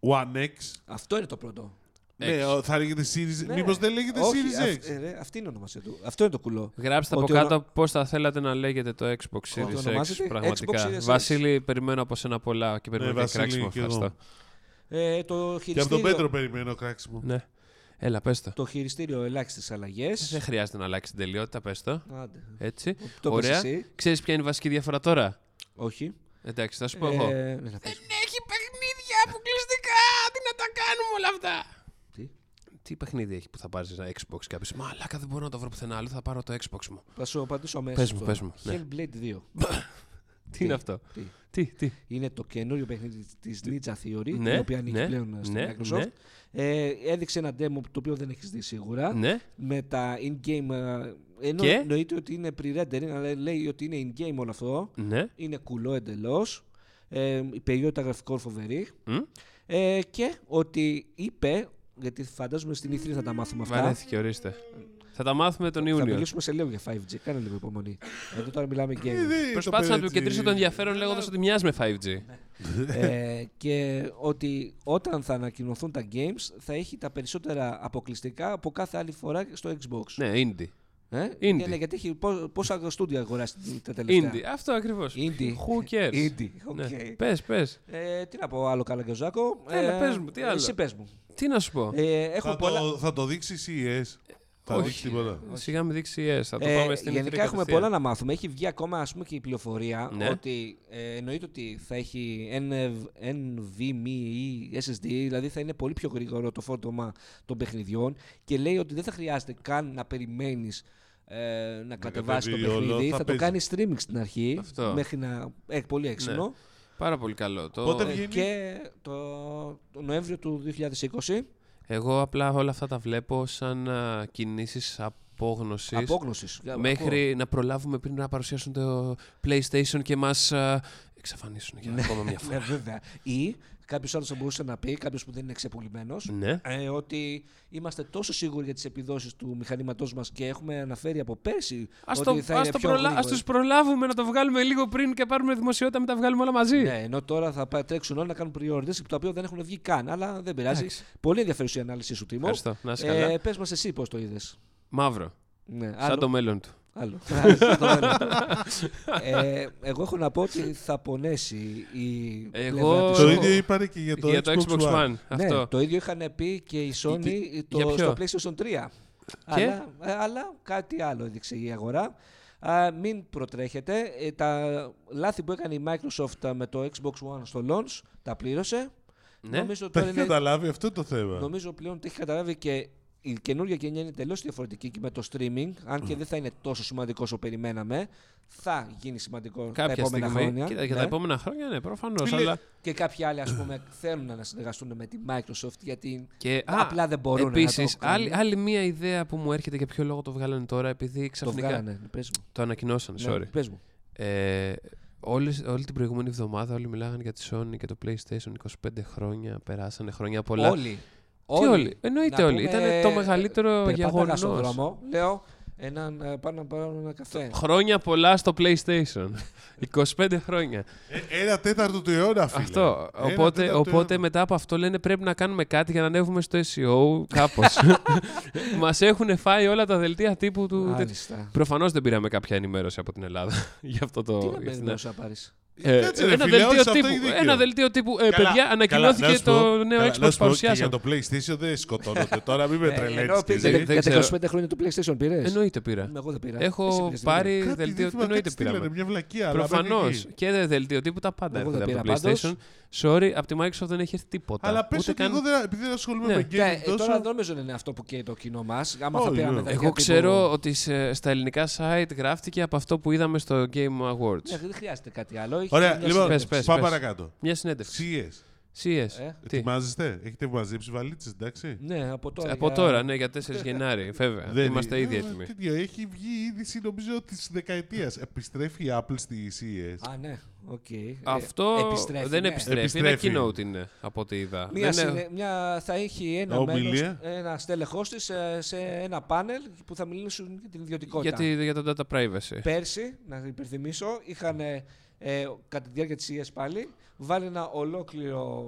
One X. Αυτό είναι το πρώτο. Ναι, ο- θα λέγεται Series. Ναι. Μήπως δεν λέγεται Όχι, Series αυ- X. ε, ρε, αυτή είναι η ονομασία του. Αυτό είναι το κουλό. Γράψτε από Ότι κάτω πώς θα θέλατε να λέγεται το Xbox Series X. ονομάζεται Xbox Series Πραγματικά. X. Βασίλη, περιμένω από σένα πολλά και περιμένω και Ναι, Βασίλη, κράξιμο. και εγώ. Ευχαριστώ. Ε, το Και από τον χειριστήριο, Πέτρο περιμένω κράξιμο. Ναι. Έλα, πες το. το χειριστήριο ελάχιστες αλλαγές. Δεν χρειάζεται να αλλάξει την τελειότητα, πες το. Έτσι. Το πες Ωραία. εσύ. Ξέρεις ποια είναι η βασική διαφορά τώρα. Όχι. Εντάξει, θα σου πω εγώ. Ε, ναι, να πες. Έχει παιχνίδια αποκλειστικά. Τι να τα κάνουμε όλα αυτά. Τι? Τι παιχνίδι έχει που θα πάρεις ένα Xbox και κάποιο. Μα δεν μπορώ να το βρω πουθενά άλλο. Θα πάρω το Xbox μου. Θα σου απαντήσω αμέσως. Πες μου, πες μου, ναι. Hellblade 2. Τι είναι αυτό. Τι. Τι, τι. Είναι το καινούριο παιχνίδι της Ninja Theory, Ναι, την οποία ανήκει ναι, πλέον στην ναι, Microsoft. ναι. Ε, έδειξε ένα demo το οποίο δεν έχεις δει σίγουρα. Ναι. Με τα in-game. ε, Ενώ Και? εννοείται ότι είναι pre-rendering, αλλά λέει ότι είναι in-game όλο αυτό. Ναι. Είναι κουλό εντελώς. Ε, η περιότητα γραφικών φοβερή. Μμ. Ε, και ότι είπε, γιατί φαντάζομαι στην E3 θα τα μάθουμε αυτά. Βαρέθηκε, ορίστε. Θα τα μάθουμε τον Θα Ιούνιο. μιλήσουμε σε λίγο για 5G. Κάνε λίγο υπομονή. Εδώ τώρα μιλάμε Ε, Ε, game. Προσπάθησα να του κεντρήσω το ενδιαφέρον λέγοντας ότι μοιάζει με 5G. Ναι. ε, και ότι όταν θα ανακοινωθούν τα games θα έχει τα περισσότερα αποκλειστικά από κάθε άλλη φορά στο Xbox. Ναι, indie. Ε, Indie. ναι, ναι, γιατί έχει πό- πόσα στούντιο αγοράσει τα τελευταία. Indie. Αυτό ακριβώς. Indie. Who cares. Ναι. Indie. Οκ. Πες, πες. Ε, τι να πω άλλο καλά και Ζάκο. Έλα, πες μου, τι άλλο. Εσύ πες μου. Τι να σου πω. Ε, έχω Θα, πολλά... το, θα το δείξει η ES. Θα όχι. δείξει τίποτα. Σιγά με δείξει yes. Θα το Ε, πάμε στην γενικά E3 έχουμε κατευθείαν. πολλά να μάθουμε. Έχει βγει ακόμα ας πούμε, και η πληροφορία Ναι. ότι ε, εννοείται ότι θα έχει NV- E, NVMe SSD, δηλαδή θα είναι πολύ πιο γρήγορο το φόρτωμα των παιχνιδιών και λέει ότι δεν θα χρειάζεται καν να περιμένεις ε, να κατεβάσει το κατεβεί όλο, παιχνίδι. θα Θα, το παίζει. κάνει streaming στην αρχή Αυτό. μέχρι να. Ε, πολύ έξυπνο. Ναι. Πάρα πολύ καλό. Το... Πότε Ε, βγαίνει? Και το, το Νοέμβριο του 2020 Εγώ απλά όλα αυτά τα βλέπω σαν κινήσεις απόγνωσης. απόγνωσης. Μέχρι να προλάβουμε πριν να παρουσιάσουν το PlayStation και μας εξαφανίσουν για ακόμα μια φορά. Ναι, βέβαια. Ή κάποιος άλλος θα μπορούσε να πει, κάποιος που δεν είναι ξεπουλημένος, ναι. ε, ότι είμαστε τόσο σίγουροι για τις επιδόσεις του μηχανήματός μας και έχουμε αναφέρει από πέρσι Ας, ότι το, θα ας, είναι το πιο προλα... ας γρήγοροι. τους προλάβουμε να το βγάλουμε λίγο πριν και πάρουμε δημοσιότητα, μετά βγάλουμε όλα μαζί. Ναι, ενώ τώρα θα πά- τρέξουν όλοι να κάνουν pre-orders τα οποία δεν έχουν βγει καν. Αλλά δεν πειράζει. Εντάξει. Πολύ ενδιαφέρουσα η ανάλυση σου, Τίμω. Ευχαριστώ. Να είσαι καλά. Πες μας εσύ πώς το είδες. Μαύρο. Ναι, Σαν το μέλλον του. [LAUGHS] Άλλο. Άλλο, σαν το άλλο. ε, εγώ έχω να πω ότι θα πονέσει η. Εγώ- πλευρά της Το Sony. ίδιο είπανε και για το, για το Xbox One. Ναι, Αυτό. το ίδιο είχαν πει και η Sony τι- για το, ποιο? στο PlayStation 3. Αλλά, ε, αλλά κάτι άλλο έδειξε η αγορά. Α, μην προτρέχετε. Ε, τα λάθη που έκανε η Microsoft α, με το Xbox One στο launch τα πλήρωσε. Ναι. Νομίζω, Τα τώρα έχει είναι, καταλάβει αυτό είναι το θέμα. νομίζω πλέον ότι έχει καταλάβει και η καινούργια γενιά είναι τελείως διαφορετική και με το streaming. Αν Mm. και δεν θα είναι τόσο σημαντικό όσο περιμέναμε, θα γίνει σημαντικό τα Κάποια επόμενα στιγμή. χρόνια. Κοίτα, για Ναι. τα επόμενα χρόνια, ναι, προφανώς. Φίλε, Αλλά... Και κάποιοι άλλοι, ας πούμε, θέλουν να συνεργαστούν με τη Microsoft γιατί Και, απλά δεν μπορούν να το Επίσης, κάνουν. άλλη, άλλη μία ιδέα που μου έρχεται για ποιο λόγο το βγάλανε τώρα, επειδή το ξαφνικά. βγάλανε. ναι, Πες μου. Το ανακοινώσαν, Ναι, sorry. πες μου. Ε, όλες, όλη την προηγούμενη εβδομάδα όλοι μιλάγανε για τη Sony και το PlayStation 25 χρόνια. Περάσανε χρόνια πολλά. Όλοι. Τι όλοι. Εννοείται Να όλοι. πούμε, ε, Ήταν το μεγαλύτερο περπάταγα γεγονός. στον δρόμο, λέω, έναν, ε, πάνω να πάρω ένα καφέ. Χρόνια πολλά στο PlayStation. 25 χρόνια. Ε, ένα τέταρτο του αιώνα, φίλε. Αυτό. Ένα Οπότε, τέταρτο του οπότε αιώνα. μετά από αυτό λένε πρέπει να κάνουμε κάτι για να ανέβουμε στο E SEO κάπως. [LAUGHS] Μας έχουν φάει όλα τα δελτία τύπου του. Μάλιστα. Προφανώς δεν πήραμε κάποια ενημέρωση από την Ελλάδα [LAUGHS] για αυτό το. Τι να για αυτήν- περιμένεις να πάρεις. Ε, δηλαδή. Κάτσε, ρε, ένα, φίλε, όχι, δελτίο αυτό τύπου, έχει δίκιο. ένα δελτίο τύπου. Ε, Καλά, παιδιά, καλά, ανακοινώθηκε να σου πω, το νέο καλά, Xbox να σου πω, παρουσιάσαμε. και Για το PlayStation δεν [LAUGHS] σκοτώνονται τώρα, μην με Ε, Ενώ τρελαίνεις. πήρες δεν- για τα ξέρω. 25 χρόνια του PlayStation πήρες. Ε, Εννοείται πήρα. Εγώ δεν πήρα. Εσύ Έχω πήρες, δεν πήρα. πάρει Κάτι, δεν δελτίο. θυμάμαι, Εννοείται κάτι στείλανε, πήραμε. Μια βλακία, αλλά δεν Προφανώς έχει. και δε- δελτίο τύπου τα πάντα Εγώ δεν έρχονται από το πήρα πάντως. PlayStation. Sorry, από τη Microsoft δεν έχει έρθει τίποτα. Αλλά πες Ούτε ότι καν- εγώ δεν, επειδή δεν ασχολούμαι Ναι. με Κοίτα, ε, gaming τόσο... Τώρα δεν νομίζω είναι αυτό που καίει το κοινό μας. Άμα θα Όχι, πήραμε ναι. τα Εγώ δελτία ξέρω τύπου- ότι σε- στα ελληνικά site γράφτηκε από αυτό που είδαμε στο Game Ναι, Awards. Δεν χρειάζεται κάτι άλλο. Είχε Ωραία, μια λοιπόν, συνέντευξη. πες, πάμε πες. παρακάτω. Μια συνέντευξη. Ξύες. CS. Ε, Τι. Ετοιμάζεστε, έχετε μαζέψει βαλίτσες, εντάξει. Ναι, από τώρα. Από για- τώρα, ναι, για 4 [LAUGHS] Γενάρη, βέβαια. Είμαστε ήδη Ε, έτοιμοι. Τέτοιο, έχει βγει η είδηση νομίζω της δεκαετίας. Επιστρέφει η Apple στη CES. Α, ναι, οκ. Ε, Αυτό επιστρέφει, δεν ναι. επιστρέφει. Επιστρέφει. Ένα keynote είναι από ό,τι είδα. Μια, δεν, συνε- μια, θα έχει ένα, Ομιλία. μέλος, ένα στέλεχός της σε ένα πάνελ που θα μιλήσουν για την ιδιωτικότητα. για, τη- για το data privacy. Πέρσι, να υπενθυμίσω, είχαν ε, ε, κατά τη διάρκεια της ΙΕΣ πάλι βάλει ένα ολόκληρο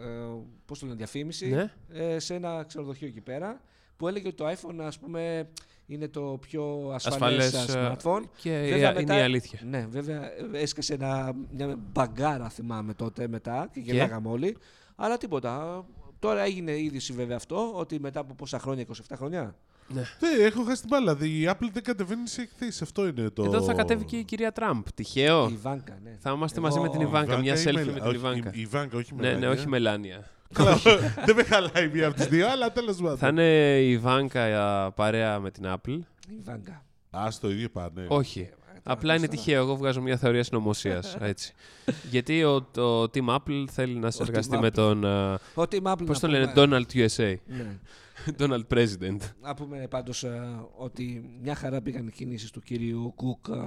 ε, πώς το λένε, διαφήμιση Ναι. ε, σε ένα ξενοδοχείο εκεί πέρα που έλεγε ότι το iPhone ας πούμε, είναι το πιο ασφαλές, Ασφαλές ε, ασφαλές smartphone. και Βέβαια, ε, είναι η αλήθεια. Ναι, βέβαια ε, έσκασε ένα, μια μπαγκάρα θυμάμαι τότε μετά και γελάγαμε όλοι. Αλλά τίποτα. Τώρα έγινε είδηση βέβαια αυτό ότι μετά από πόσα χρόνια, 27 χρόνια. Ναι, έχω χάσει την μπάλα. Η Apple δεν κατεβαίνει σε εκθέσεις. Αυτό είναι το. Εδώ θα κατέβει και η κυρία Τραμπ. Η Τυχαίο. Ιβάνκα, ναι. Θα είμαστε Εγώ- μαζί με την Ιβάνκα. Μια ή selfie Μελα- με την όχι, Ιβάνκα. Η Ιβάνκα, όχι Ναι, ναι, Μελάνια. όχι Μελάνια. [LAUGHS] Καλά, δεν με χαλάει μία από τις δύο, αλλά τέλος Θα πάντων. είναι η Ιβάνκα α, παρέα με την Apple. Η Ιβάνκα. Ε, Α, το ίδιο πάνε. Όχι. Απλά είναι τυχαίο. Εγώ βγάζω μια θεωρία συνωμοσίας. [LAUGHS] Γιατί ο, το Team Apple θέλει να συνεργαστεί Team με Apple. τον. α, Ότι Apple. Πώς να τον λένε, πούμε- Donald USA. Ναι. [LAUGHS] Donald President. Να πούμε πάντως ότι μια χαρά πήγαν οι κινήσεις του κυρίου Κουκ α,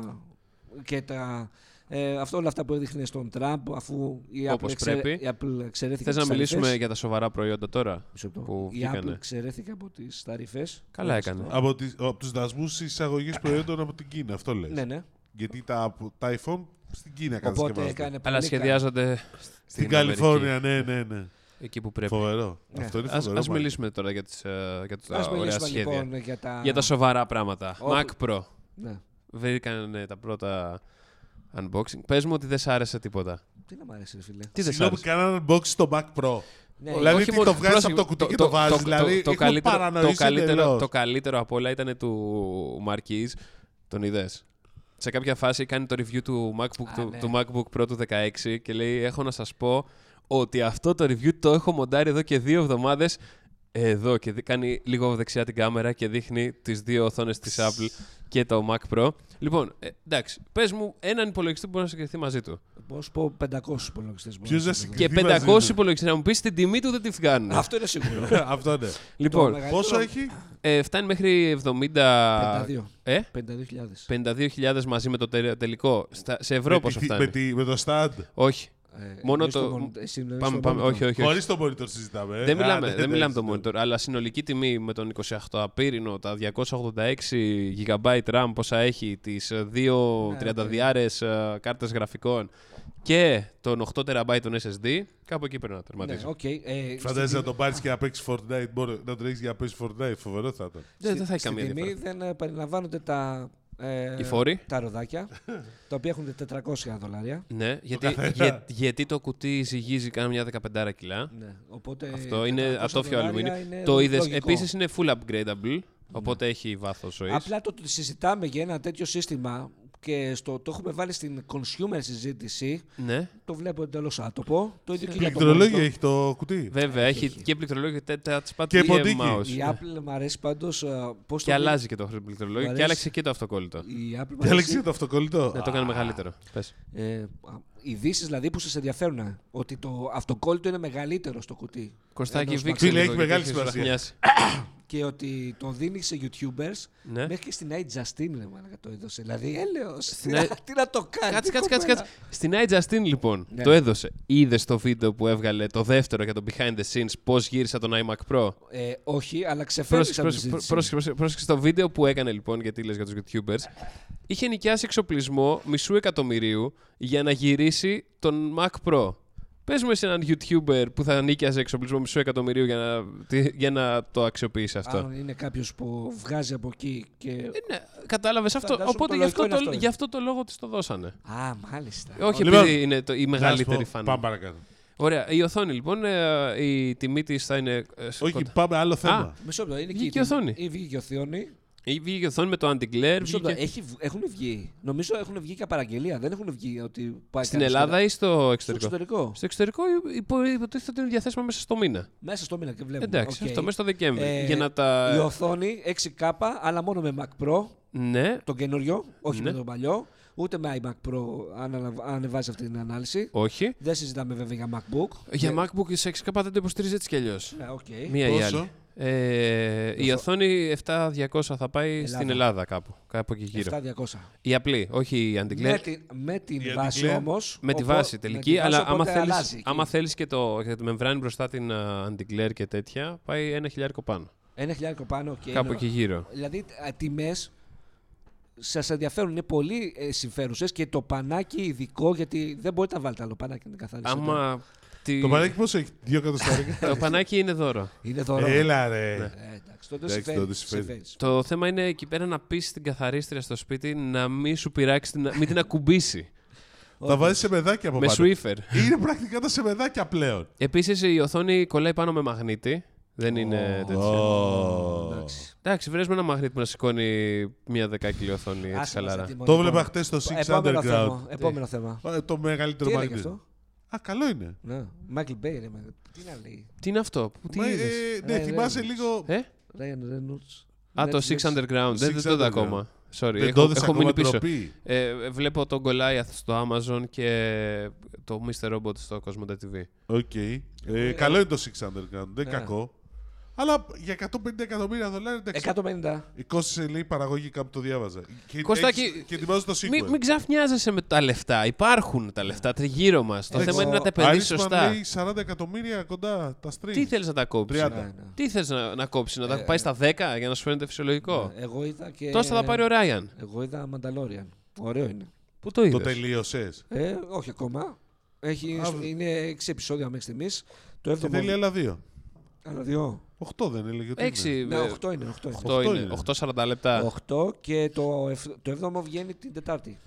και τα. Ε, αυτό όλα αυτά που έδειχνε στον Τραμπ, αφού η Apple, Όπως πρέπει. η Apple εξαιρέθηκε από Θες να τις μιλήσουμε ταρυφές. για τα σοβαρά προϊόντα τώρα. Μισό λεπτό. που Η Apple βγήκανε. εξαιρέθηκε από τις ταρυφέ. Καλά έκανε. Από, τις, από τους δασμούς εισαγωγής προϊόντων από την Κίνα, αυτό λες. Ναι, ναι. Γιατί τα, τα iPhone στην Κίνα Οπότε κατασκευάζονται. έκανε πολύ. Αλλά σχεδιάζονται Στην στην Αμερική, Καλιφόρνια, ναι, ναι, ναι. Εκεί που πρέπει. Φοβερό. Ναι. Αυτό είναι Ας, φοβερό. ας μάλλον. μιλήσουμε τώρα για, τις, ε, για τα Ας ωραία μιλήσουμε σχέδια. λοιπόν για τα. Για τα σοβαρά πράγματα. Όπου- Mac Pro. Ναι. Βρήκαν ε, τα πρώτα unboxing. Πες μου ότι δεν σ' άρεσε τίποτα. Τι να μ' αρέσει, ρε φίλε. Τι δεν σ' Συγγνώμη, άρεσε. κανέναν unbox στο Mac Pro. Ναι, δηλαδή, Όχι τι, μόνο- το βγάζεις πρόσεχε, από το κουτί και το βάζεις, δηλαδή, έχουμε το, παρανοήσει καλύτερο, εντελώς. το καλύτερο απ' όλα ήταν του Μαρκής. Τον είδες. Σε κάποια φάση κάνει το review του MacBook, Α, του, ναι. του MacBook Pro του 16 και λέει έχω να σας πω ότι αυτό το review το έχω μοντάρει εδώ και δύο εβδομάδες εδώ και δι- κάνει λίγο δεξιά την κάμερα και δείχνει τις δύο οθόνες της Apple και το Mac Pro. Λοιπόν, ε, εντάξει, πες μου έναν υπολογιστή που μπορεί να συγκριθεί μαζί του. Μπορώ να σου πω 500 υπολογιστέ. Ποιος δεν συγκρίνει Και μαζί 500 του. υπολογιστές. Να μου πεις την τιμή του δεν τη βγάνουν. Αυτό είναι σίγουρο. Αυτό ναι. Το Λοιπόν, μεγαλύτερο- Πόσο έχει? ε, φτάνει μέχρι 70. 52. Ε? 52.000. 52.000 μαζί με το τε- τελικό. Στα, σε ευρώ Με πόσο τη- φτάνει. με τη- Με το stand. Όχι. Ε, Μόνο εννοείς το- μον- εσύ εννοείς Πάμε, το πάμε. monitor. Όχι, όχι. όχι. Χωρίς το monitor συζητάμε. ε. Δεν Α, μιλάμε, ναι, δεν ναι, μιλάμε το ναι. monitor, αλλά συνολική τιμή με τον 28 πύρινο, τα 286 GB RAM πόσα έχει, τις ε, δύο Ναι, 32 κάρτες γραφικών και τον 8 TB των SSD, κάπου εκεί πρέπει να Ναι, τερματίζει. οκ. ε, Φαντάζεσαι στην να τον πάρεις και να παίξεις Fortnite. Μπορεί να τον έχεις για να παίξει Fortnite. Φοβερό θα ήταν. Ναι. δεν, δεν θα έχει Στην καμία τιμή διαφορά. δεν ε, περιλαμβάνονται τα, ε, Οι φόροι. τα [LAUGHS] ροδάκια, τα οποία έχουν 400 δολάρια. Ναι, γιατί, για- γιατί το κουτί ζυγίζει κάνα μια 15 κιλά. Ναι, οπότε Αυτό είναι 400 ατόφιο δολάρια αλουμίνιο. είναι Το είδες. λογικό. Επίσης είναι full upgradable, οπότε έχει βάθος ζωής. Απλά το ότι συζητάμε για ένα τέτοιο σύστημα και στο, το έχουμε βάλει στην consumer συζήτηση, Ναι. το βλέπω εντελώς άτομο. Το ίδιο και για το Πληκτρολόγιο monitor. έχει το κουτί. Βέβαια, έχει και πληκτρολόγιο και touchpad Και και ποντίκι. mouse. Η Apple μου αρέσει ε, πάντω. Πώς Και αλλάζει και το πληκτρολόγιο και αρέσει. άλλαξε και το αυτοκόλλητο. Η Apple μ' Και αρέσει. άλλαξε το αυτοκόλλητο. Ναι, το έκανε μεγαλύτερο. Πες. Ε, ειδήσεις δηλαδή που σας ενδιαφέρουν. ε, Ότι το αυτοκόλλητο είναι μεγαλύτερο στο κουτί. Κωστάκι, τέλος βήξε πάντων. λίγο. Φίλε, γιατί έχει μεγάλη έχεις σημασία. βραχνιάσει. Ε, Και ότι τον δίνει σε YouTubers Ναι. μέχρι και στην Άι Justin ρε μάνα το έδωσε. Δηλαδή έλεος, τι, Άι- να- τι να το κάνει. Κάτσε, τι κάτσε, κάτσε, κάτσε. κοπέλα. Στην I Justin, λοιπόν, Ναι. το έδωσε. Είδες το βίντεο που έβγαλε το δεύτερο για το behind the scenes, πώς γύρισα τον iMac Pro. Ε, όχι, αλλά ξεφεύγει Πρόσεξε, από τη πρόσεξε, συζήτηση. πρόσεξε, πρόσεξε, πρόσεξε στο βίντεο που έκανε λοιπόν, γιατί λες για τους YouTubers, είχε νοικιάσει εξοπλισμό μισού εκατομμυρίου για να γυρίσει τον Mac Pro. Πες μου εσύ έναν YouTuber που θα νοικιάζει εξοπλισμό μισού εκατομμυρίου για να, τι- για να το αξιοποιήσει αυτό. Αν είναι κάποιος που βγάζει από εκεί και. Ε, ναι, κατάλαβες αυτό. Φαντάζομαι Οπότε το γι αυτό, λογικό το, είναι αυτό, ναι. γι' αυτό το λόγο της το δώσανε. Α, μάλιστα. Όχι Λοιπόν, επειδή είναι το, η Να σου μεγαλύτερη πω, φαν. Πάμε παρακάτω. Ωραία, η οθόνη λοιπόν, ε, η τιμή της θα είναι... ε, Όχι, κοντά. πάμε άλλο θέμα. Μισό λεπτό, είναι Βγήκε και η οθόνη. Ή βγήκε η οθόνη. Ε, Βγήκε η οθόνη με το anti-glare. Μισό Ε, βγήκε- λεπτό, έχει, έχουν βγει. Νομίζω έχουν βγει και απαραγγελία. Δεν έχουν βγει ότι πάει Στην κανείς Ελλάδα κατά- ή στο Στο εξωτερικό. εξωτερικό. Στο εξωτερικό υπο- υποτίθεται ότι είναι διαθέσιμα μέσα στο μήνα. Μέσα στο μήνα και βλέπουμε. Εντάξει, Ε, Οκ. αυτό μέσα στο Δεκέμβρη. Ε, για να τα. Η οθόνη 6K, αλλά μόνο με Mac Pro, Ναι, τον καινούριο, όχι Ναι. με τον παλιό, ούτε με iMac Pro, αν αναλα- αν ανεβάζει αυτή την ανάλυση. όχι. Δεν συζητάμε βέβαια για MacBook. Για Ε, MacBook σε 6K δεν το υποστηρίζει έτσι κι αλλιώς. Ναι, οκ. Μία ή πόσο? άλλη. Ε, η Πόσο? οθόνη 7200 θα πάει στην Ελλάδα κάπου. Κάπου εκεί γύρω. 7200. Η απλή, όχι η Anticlair. Με, Με, την, με την Η βάση Anticlair. όμω. τη βάση τελική, αλλά άμα θέλεις, άμα θέλεις. θέλεις και, το, και τη μεμβράνη μπροστά την α, Anticlair και τέτοια, πάει ένα χιλιάρικο πάνω. Ένα χιλιάρικο πάνω. οκ, Κάπου είναι- εκεί γύρω. Δηλαδή τιμές σας ενδιαφέρουν, είναι πολύ συμφέρουσες και το πανάκι ειδικό, γιατί δεν μπορείτε να βάλετε άλλο πανάκι να την καθαρίσετε. Άμα. τη- Το πανάκι πόσο έχει, δύο κατοστάρικα. [LAUGHS] το πανάκι είναι δώρο. Είναι δωρεάν. Έλα ρε. Ναι. Ε, εντάξει, τότε Εντάξει, σε φέρνει. τότε σε σε φέρνει. φέρνει. Το θέμα είναι εκεί πέρα να πεις την καθαρίστρια στο σπίτι να μην σου πειράξει, την- μην την ακουμπήσει. Θα βάζεις σεμεδάκια από με πάνω. Swiffer. Είναι πρακτικά τα σεμεδάκια πλέον. Επίσης η οθόνη κολλάει πάνω με μαγνήτη. Δεν είναι τέτοια. Ω. Εντάξει. Εντάξει, βρες με ένα μαγνήτη που να σηκώνει μια δεκάκιλη οθόνη Άσε έτσι μας ε, χαλαρά. να τιμωρηθούμε. Το έβλεπα χθε στο Six Επόμενο Underground. θέμα. Επόμενο θέμα. Ε, Το μεγαλύτερο Τι έλεγες μαγνήτη. αυτό. Α, καλό είναι. Ναι. Μάικλ Μπέι, ρε. μα, Τι να λέει. Τι είναι αυτό, που- τι Μα, ε, είδες. Ναι, Ε, θυμάσαι Reynolds. λίγο. Ε? Ryan Reynolds. Α, το Netflix. Six Underground. Six Δεν δεν το είδα Underground. ακόμα. Sorry, Δεν έχω, το δεις έχω μείνει ακόμα πίσω. ντροπή. Ε, βλέπω τον Goliath στο Amazon και το Mr. Robot στο Cosmoda TV. Οκ. Ε, καλό είναι το Six Underground, δεν Ναι. κακό. Αλλά για 150 εκατομμύρια δολάρια εντάξει. 150. Η κόστησε λέει παραγωγή κάπου το διάβαζα. Και, Κωστάκη, έχεις- και ετοιμάζω το sequel. Μην, μην ξαφνιάζεσαι με τα λεφτά. Υπάρχουν τα λεφτά τριγύρω μας. Το Εντάξει. θέμα είναι να τα Ο επενδύσει Irishman σωστά. λέει 40 εκατομμύρια κοντά τα streams. Τι θέλεις να τα κόψεις. 30. Ναι, ναι. Τι θες να, να κόψεις, να Ε, Ναι. τα πάει στα 10 για να σου φαίνεται φυσιολογικό. Εγώ είδα και. Τόσα θα πάρει ο Ράιαν. Εγώ είδα Μανταλόριαν. Ωραίο είναι. Πού το Το είδε. τελείωσες. Ε, όχι ακόμα. Έχει, Αύριο. είναι 6 επεισόδια μέχρι στιγμής. Το Και 7ο. θέλει άλλα δύο. Άλλα δύο. 8 δεν έλεγε ότι είναι. Έξι. Ναι, ε, 8 είναι. 8 είναι. οκτώ Οκτώ είναι. είναι. 8-40 λεπτά. 8 και το, εφ- το 7ο βγαίνει την Τετάρτη.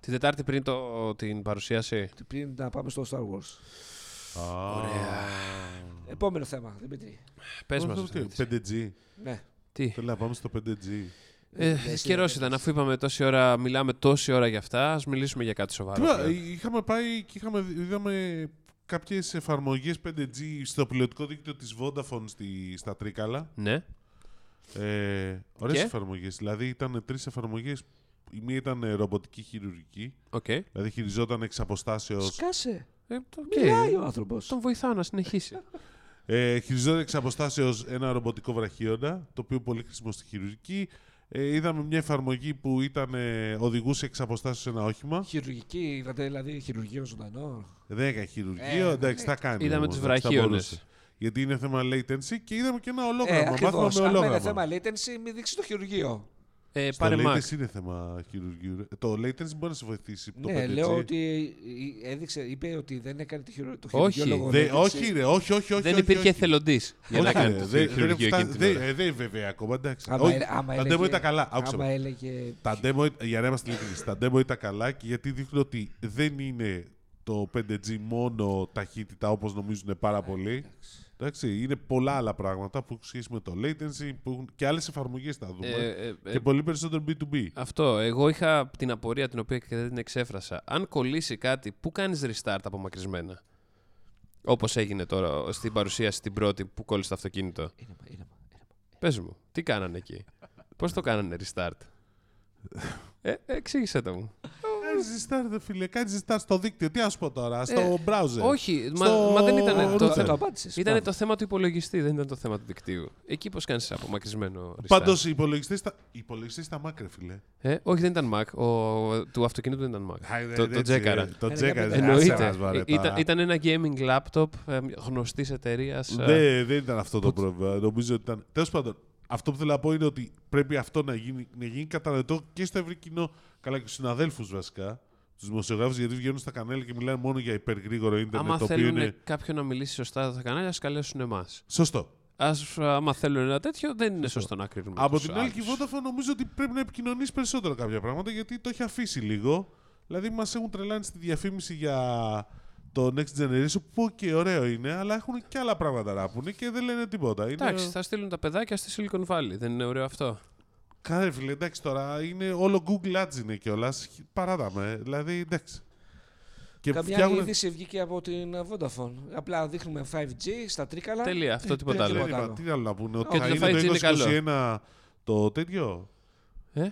Την Τετάρτη πριν το, την παρουσίαση. Πριν να πάμε στο Star Wars. Α, Επόμενο θέμα, Δημήτρη. Πες αυτό μα. τι, 5G. Ναι. Τι. Θέλω να πάμε στο 5G. Ε, Λες, καιρό είναι ήταν, αφού είπαμε τόση ώρα, μιλάμε τόση ώρα για αυτά, ας μιλήσουμε για κάτι Τι σοβαρό. είπα, πλέον. είχαμε πάει και είχαμε, είδαμε κάποιες εφαρμογές 5G στο πιλωτικό δίκτυο της Vodafone στη, στα Τρίκαλα. Ναι. Ε, ωραίες Και? εφαρμογές. Δηλαδή ήταν τρεις εφαρμογές. Η μία ήταν ε, ρομποτική χειρουργική. Οκ. Δηλαδή χειριζόταν εξ αποστάσεως. Σκάσε. Ε, το- οκ. Μιλάει ο άνθρωπος. Τον βοηθάω να συνεχίσει. Ε, χειριζόταν εξ αποστάσεως ένα ρομποτικό βραχίωνα, το οποίο πολύ χρήσιμο στη χειρουργική. Ε, είδαμε μια εφαρμογή που ήταν, ε, οδηγούσε εξ αποστάσεως ένα όχημα. Χειρουργική, είδατε δηλαδή χειρουργείο ζωντανό. Δεν έκανε χειρουργείο, Ε, εντάξει, τα κάνει. Είδαμε όμως, τους εντάξει, τα βραχίονες. μπορούσε. Γιατί είναι θέμα latency και είδαμε και ένα Ε, ολόγραμμα. ακριβώς. Μάθαμε Αν είναι ολόγραμμα. θέμα latency, μην δείξει το χειρουργείο. Ε, Στο πάρε Mac. latency είναι θέμα χειρουργείου. ρε. Το latency μπορεί να σε βοηθήσει. Το ναι, 5G. λέω ότι ε, έδειξε, είπε ότι δεν έκανε τη χειρο... το Όχι. χειρουργείο λόγω Δε- latency. όχι, ρε, όχι, όχι, όχι. Δεν όχι, υπήρχε όχι. εθελοντής για να Όχι, κάνει ρε, το δεν- δεν χειρουργείο φτά- εκείνη την δεν- ώρα. ε, Δεν βέβαια ακόμα, εντάξει. Άμα, Όχι, ε- άμα Τα demo ήταν καλά, άκουσα άμα με. έλεγε Τα demo, ήταν- για να είμαστε ειλικρινείς, τα demo ήταν καλά και γιατί δείχνουν ότι δεν είναι το 5G μόνο ταχύτητα όπως νομίζουν πάρα πολλοί. Εντάξει, είναι πολλά άλλα πράγματα που έχουν σχέση με το latency που έχουν και άλλες εφαρμογές θα δούμε. Ε, ε, ε, και πολύ περισσότερο B2B. Αυτό. Εγώ είχα την απορία την οποία και δεν την εξέφρασα. Αν κολλήσει κάτι, πού κάνεις restart απομακρυσμένα. Όπως έγινε τώρα στην παρουσίαση την πρώτη που κόλλησε το αυτοκίνητο. Ε, Είναι, είναι, είναι. Πες μου, τι κάνανε εκεί. Πώς το κάνανε restart. Ε, εξήγησέ το μου. Κάνεις restart, ρε φίλε. Κάνεις restart στο δίκτυο. Τι να σου πω τώρα, στο browser. Ε, Όχι, μα, Στο- μα δεν ήταν Το, το Ρωτάω. Ναι. το, το θέμα. απάντησες. Ήταν Μπράβο. το θέμα του υπολογιστή, δεν ήταν το θέμα του δικτύου. Εκεί πώς κάνεις απομακρυσμένο. restart. Πάντως οι υπολογιστές, τα... οι υπολογιστές τα μάκρε, φίλε. Ε, όχι, δεν ήταν Mac. Ο, του αυτοκίνητου δεν ήταν Mac. Άι, το, έτσι, το ε, τζέκαρα. Το Ε, τζέκαρα. δεν άσε Εννοείται. μας, βαρε, Ε, Ήταν, τώρα. ήταν ένα gaming laptop ε, γνωστής εταιρείας. Ναι, Δεν, δεν ήταν αυτό το πρόβλημα. Νομίζω ότι ήταν. Τέλος πάντων, αυτό που θέλω να πω είναι ότι πρέπει αυτό να γίνει, να γίνει κατανοητό και στο ευρύ κοινό. Καλά, και στους συναδέλφους βασικά. Τους δημοσιογράφους, γιατί βγαίνουν στα κανάλια και μιλάνε μόνο για υπεργρήγορο ίντερνετ. Άμα το οποίο θέλουν είναι. κάποιον να μιλήσει σωστά στα κανάλια, ας καλέσουν εμάς. Σωστό. Άμα θέλουν ένα τέτοιο, δεν είναι σωστό να κρίνουμε. Από τους την άλλη, και η άλλους. Vodafone νομίζω ότι πρέπει να επικοινωνήσει περισσότερο κάποια πράγματα γιατί το έχει αφήσει λίγο. Δηλαδή, μας έχουν τρελάνει στη διαφήμιση για το Next Generation που και ωραίο είναι, αλλά έχουν και άλλα πράγματα να πούνε και δεν λένε τίποτα. Είναι... Εντάξει, θα στείλουν τα παιδάκια στη Silicon Valley. Δεν είναι ωραίο αυτό. Κάρε φίλε, εντάξει τώρα, είναι όλο Google Ads είναι κιόλας. Παράταμε. Δηλαδή, εντάξει. Και Καμιά φτιάχνουν- είδηση βγήκε από την ε, Vodafone. Απλά δείχνουμε 5G στα τρίκαλα. Τέλεια, αυτό τίποτα Τι άλλο. τίποτα. άλλο είπα, Τι άλλο να πούνε, ότι Ότι θα το 5G είναι το είναι καλό. 2021 το τέτοιο. Ε?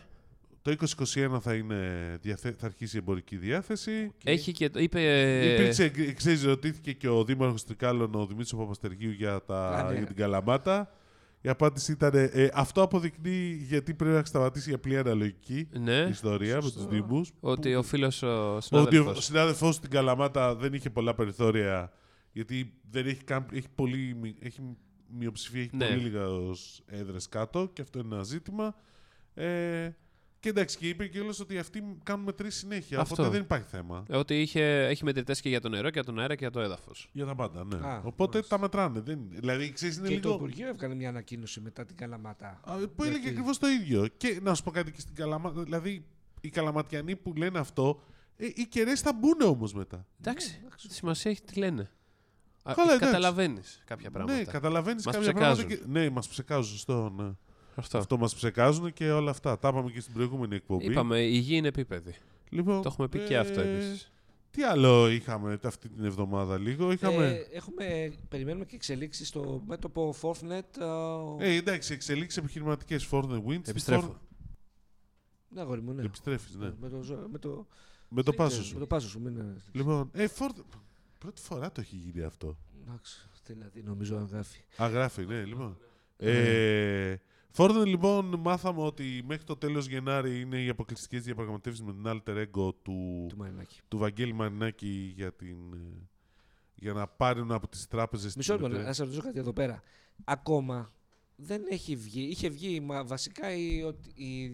Το 2021 θα, είναι, διαθε- θα αρχίσει η εμπορική διάθεση. Έχει και. το- Είπε. Υπήρξε, ε, ξέρεις, ρωτήθηκε και ο Δήμαρχος Τρικάλων, ο Δημήτρης ο Παπαστεργίου για, τα, Α, ναι. για την Καλαμάτα. Η απάντηση ήταν ε, αυτό αποδεικνύει γιατί πρέπει να σταματήσει η απλή αναλογική Ναι. ιστορία με τους Δήμους. Ότι ο φίλος. Ο Ότι ο συνάδελφος- συνάδελφός στην Καλαμάτα δεν είχε πολλά περιθώρια. Γιατί δεν έχει, καν, έχει, πολύ, μει- έχει μειοψηφία, έχει Ναι. πολύ λίγα έδρες κάτω και αυτό είναι ένα ζήτημα. Ε, και εντάξει, και είπε κιόλα ότι αυτοί κάνουν μετρήσει συνέχεια. Αυτό. Οπότε δεν υπάρχει θέμα. Ε, Ότι είχε, έχει μετρητές και για το νερό, και για τον αέρα και για το έδαφος. Για τα πάντα, ναι. Α, οπότε μάλιστα. τα μετράνε. Δεν, δηλαδή, ξέρεις, είναι Και το λίγο. Υπουργείο έβγαλε μια ανακοίνωση μετά την Καλαμάτα. Α, Που έλεγε Γιατί- ακριβώς το ίδιο. Και να σου πω κάτι και στην Καλαμάτα. Δηλαδή, οι Καλαματιανοί που λένε αυτό, ε, οι κεραίες θα μπουν όμως μετά. Εντάξει. Σημασία έχει τι λένε. Ναι, Καλά, εντάξει. Καταλαβαίνεις κάποια πράγματα. Ναι, καταλαβαίνεις Μας κάποια πράγματα. Και... ψεκάζουν. Ναι, μας ψεκάζουν, σωστό. Ναι. Αυτό. Αυτό μας ψεκάζουν και όλα αυτά. Τα είπαμε και στην προηγούμενη εκπομπή. Είπαμε, η γη είναι επίπεδη. Λοιπόν, Το έχουμε πει και ε, αυτό επίση. Τι άλλο είχαμε αυτή την εβδομάδα λίγο. Ε, Είχαμε. έχουμε, περιμένουμε και εξελίξεις στο μέτωπο Fortnite. α, Ε, εντάξει, εξελίξεις επιχειρηματικές Fortnite Winds. Επιστρέφω. Fortnite- Ναι, αγόρι μου, ναι. Επιστρέφεις, ναι. Με το, ζω- με το, Με το πάσο με το σου. πάσο σου. Μην... είναι- Λοιπόν, ε, Ford. Πρώτη φορά το έχει γίνει αυτό. Εντάξει, δηλαδή νομίζω αν γράφει. Α, γράφει, ναι, λοιπόν. Ε, Φόρντεν, λοιπόν, μάθαμε ότι μέχρι το τέλος Γενάρη είναι οι αποκλειστικές διαπραγματεύσεις με την alter ego του, Του Μαρινάκη. του Βαγγέλη Μαρινάκη για, την, ε, για να πάρουν από τις τράπεζες. Μισό λεπτό, να σα ρωτήσω κάτι εδώ πέρα. Ακόμα δεν έχει βγει. Είχε βγει μα, βασικά η, ότι- η,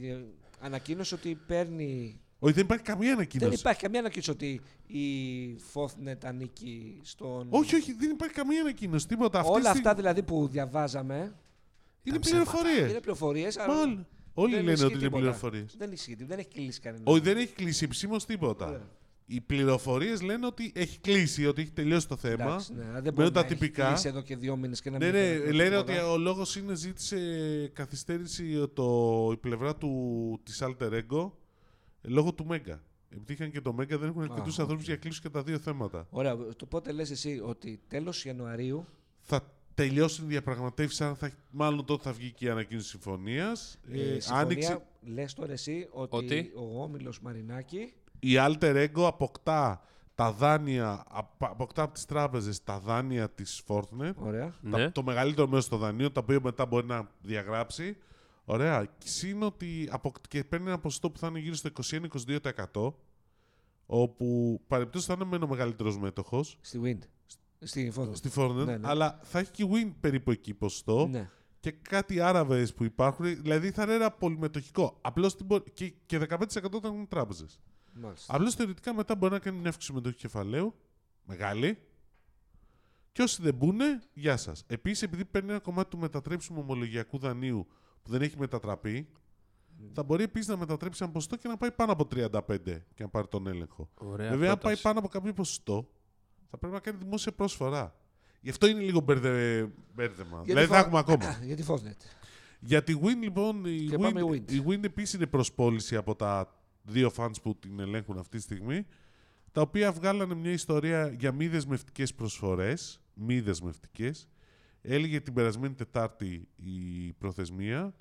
ανακοίνωση ότι παίρνει. Όχι, δεν υπάρχει καμία Δεν ανακοίνωση. υπάρχει καμία ανακοίνωση ότι η Φόθνετ ανήκει στον. Όχι, όχι, δεν υπάρχει καμία ανακοίνωση. Τίποτα. Αυτή Όλα τη αυτά στιγμή δηλαδή που διαβάζαμε. είναι Είναι πληροφορίε. πληροφορίες, αλλά. Μάλλον. Όλοι δεν λένε ισχύει ότι είναι τίποτα. Ναι. πληροφορίες. Δεν ισχύει, τίποτα, δεν έχει κλείσει κανένα. Όχι, δεν έχει κλείσει επισήμω Ναι. τίποτα. Οι πληροφορίες λένε ότι έχει κλείσει, ότι έχει τελειώσει το θέμα. Εντάξει, ναι, δεν με μπορεί τα να έχει τυπικά. κλείσει εδώ και δύο μήνες και να Ναι, μην ναι, έχει λένε ότι τίποτα. ο λόγος είναι ζήτησε καθυστέρηση το, η πλευρά του, της Alter Ego λόγω του Μέγκα. Επειδή είχαν και το Μέγκα, δεν έχουν αρκετούς οκ. ανθρώπους για να κλείσουν και τα δύο θέματα. Ωραία, το πότε λες εσύ ότι τέλος Ιανουαρίου Θα τελειώσουν οι διαπραγματεύσει, αν θα, μάλλον τότε θα βγει και η ανακοίνωση συμφωνίας. ε, συμφωνία, άνοιξε, λες τώρα εσύ ότι, Ότι? ο Όμιλος Μαρινάκη η Alter Ego αποκτά τα δάνεια, απα- αποκτά από τις τράπεζες τα δάνεια της Fortnite. ωραία, Τα- Ναι. το μεγαλύτερο μέρος των δανείων, τα οποία μετά μπορεί να διαγράψει. Ωραία. Και Συν ότι αποκ- και παίρνει ένα ποσοστό που θα είναι γύρω στο 21-22%, όπου παρεπτώσει θα είναι μεν ο μεγαλύτερο μέτοχος στη Wind, στη Φόντο. στη Fortnite, Ναι, ναι. αλλά θα έχει και win περίπου εκεί ποσοστό Ναι. και κάτι άραβε που υπάρχουν. Δηλαδή θα είναι ένα πολυμετοχικό. Απλώς την μπο- και, και 15% θα έχουν τράπεζες. Μάλιστα. Απλώς θεωρητικά μετά μπορεί να κάνει μια αύξηση μετοχή κεφαλαίου. Μεγάλη. Και όσοι δεν μπουν, γεια σας. Επίσης, επειδή παίρνει ένα κομμάτι του μετατρέψιμου ομολογιακού δανείου που δεν έχει μετατραπεί, θα μπορεί επίσης να μετατρέψει ένα ποσοστό και να πάει πάνω από 35 και να πάρει τον έλεγχο. Ωραία. Βέβαια, αν πάει πρόταση. πάνω από κάποιο ποσοστό, θα πρέπει να κάνει δημόσια πρόσφορα. Γι' αυτό είναι λίγο μπερδε... μπέρδεμα. δηλαδή τη θα Fo- έχουμε [CLEARS THROAT] ακόμα. [COUGHS] Για τη Fortnite. Για τη Win, λοιπόν, η Και Win, πάμε Win. η Win επίσης είναι προσπόληση από τα δύο fans που την ελέγχουν αυτή τη στιγμή, τα οποία βγάλανε μια ιστορία για μη δεσμευτικές προσφορές. Μη δεσμευτικές. Έλεγε την περασμένη Τετάρτη η προθεσμία.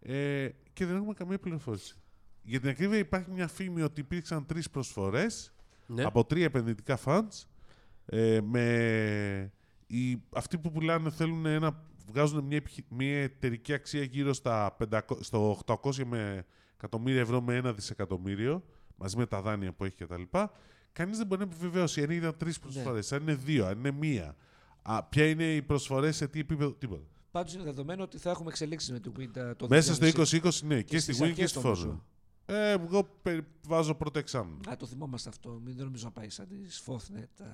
Ε, και δεν έχουμε καμία πληροφόρηση. Για την ακρίβεια, υπάρχει μια φήμη ότι υπήρξαν τρεις προσφορές Ναι. από τρία επενδυτικά funds. Ε, με... Οι, αυτοί που πουλάνε θέλουν ένα, βγάζουν μια, επιχει- μια εταιρική αξία γύρω στα 500, στο 800 με εκατομμύρια ευρώ με ένα δισεκατομμύριο, μαζί με τα δάνεια που έχει κτλ. Κανείς δεν μπορεί να επιβεβαιώσει αν ήταν Ναι. τρει προσφορές, αν είναι δύο, αν είναι μία. Α, ποια είναι οι προσφορές, σε τι επίπεδο, τίποτα. Πάντως είναι δεδομένο ότι θα έχουμε εξελίξεις με τη Wind α, το Μέσα στο 2020. 2020, ναι, και, στη στις Win και αρχές στη Φόρμα. νομίζω. Ε, εγώ περι- βάζω πρώτο εξάμεινο. Α, το θυμόμαστε αυτό. Μην δεν νομίζω να πάει σαν της Fortnite. α,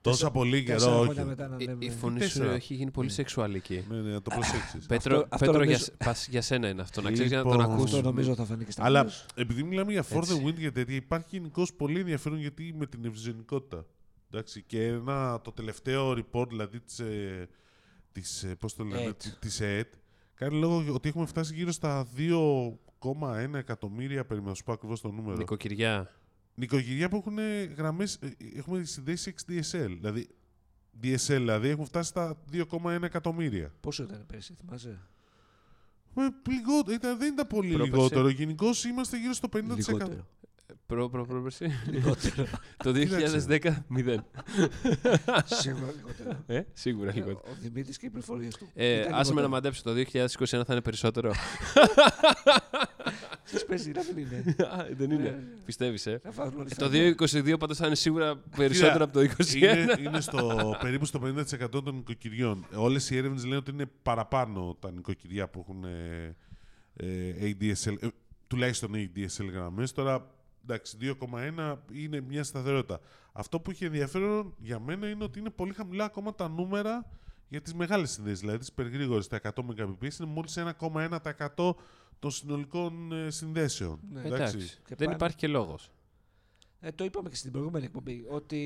Τόσο πολύ Τέσσερα καιρό, όχι. χρόνια μετά να Η- Η λέμε. φωνή σου Τέσσερα. έχει γίνει πολύ σεξουαλική. ε? Ναι, ναι, να το προσέξεις. Πέτρο, Αυτό- αυτό Πέτρο νομίζω- για, σ- πας- για σένα είναι αυτό. Να ξέρεις για να τον Λοιπόν, Αυτό ακούσει. νομίζω θα φανεί και στα Αλλά news. επειδή μιλάμε για For Έτσι. the Win και τέτοια, υπάρχει γενικώς πολύ ενδιαφέρον γιατί με την ευρυζωνικότητα. Εντάξει, και ένα, το τελευταίο report δηλαδή της, ε, της, ε, πώς το λένε, ΕΕΤ. τη- της ΕΕΤ κάνει λόγο ότι έχουμε φτάσει γύρω στα 2,1 εκατομμύρια περίμενα, να σου πω ακριβώς το νούμερο. Νοικοκυριά. Νοικοκυριά που έχουν ε, γραμμές, ε, έχουμε συνδέσει 6 DSL, δηλαδή DSL δηλαδή έχουν φτάσει στα 2,1 εκατομμύρια. Πόσο ήταν πέρσι, θυμάσαι. Ε, λιγότερο, ήταν, δεν ήταν πολύ Πρόπερσε. λιγότερο. Γενικώς είμαστε γύρω στο 50%. Προ, προ, προ, προ- Λιγότερο. [LAUGHS] το 2010, μηδέν. Σίγουρα λιγότερο. Ε, σίγουρα Ε, λιγότερο. Ο Δημήτρης και οι πληροφορίες του. Ε, Ήταν άσε με λιγότερο. να μαντέψω, το 2021 θα είναι [LAUGHS] περισσότερο. Στις πέσει, να μην είναι. Α, Δεν είναι. Πιστεύεις, ε. Να φάγουν όλοι Ε, στα Το 2022 πάντως θα είναι σίγουρα περισσότερο από το 2021. είναι, είναι στο, περίπου στο 50% των νοικοκυριών. Όλες οι έρευνες λένε ότι είναι παραπάνω τα νοικοκυριά που έχουν ε, ε, ADSL, ε, τουλάχιστον ADSL γραμμές. Τώρα εντάξει, 2,1 είναι μια σταθερότητα. Αυτό που είχε ενδιαφέρον για μένα είναι ότι είναι πολύ χαμηλά ακόμα τα νούμερα για τις μεγάλες συνδέσεις. Δηλαδή τις υπεργρήγορε, τα 100 Mbps είναι μόλις 1,1% των συνολικών ε, συνδέσεων. Ναι. Εντάξει. Και Δεν πάλι- υπάρχει και λόγος. Ε, το είπαμε και στην προηγούμενη εκπομπή. Ότι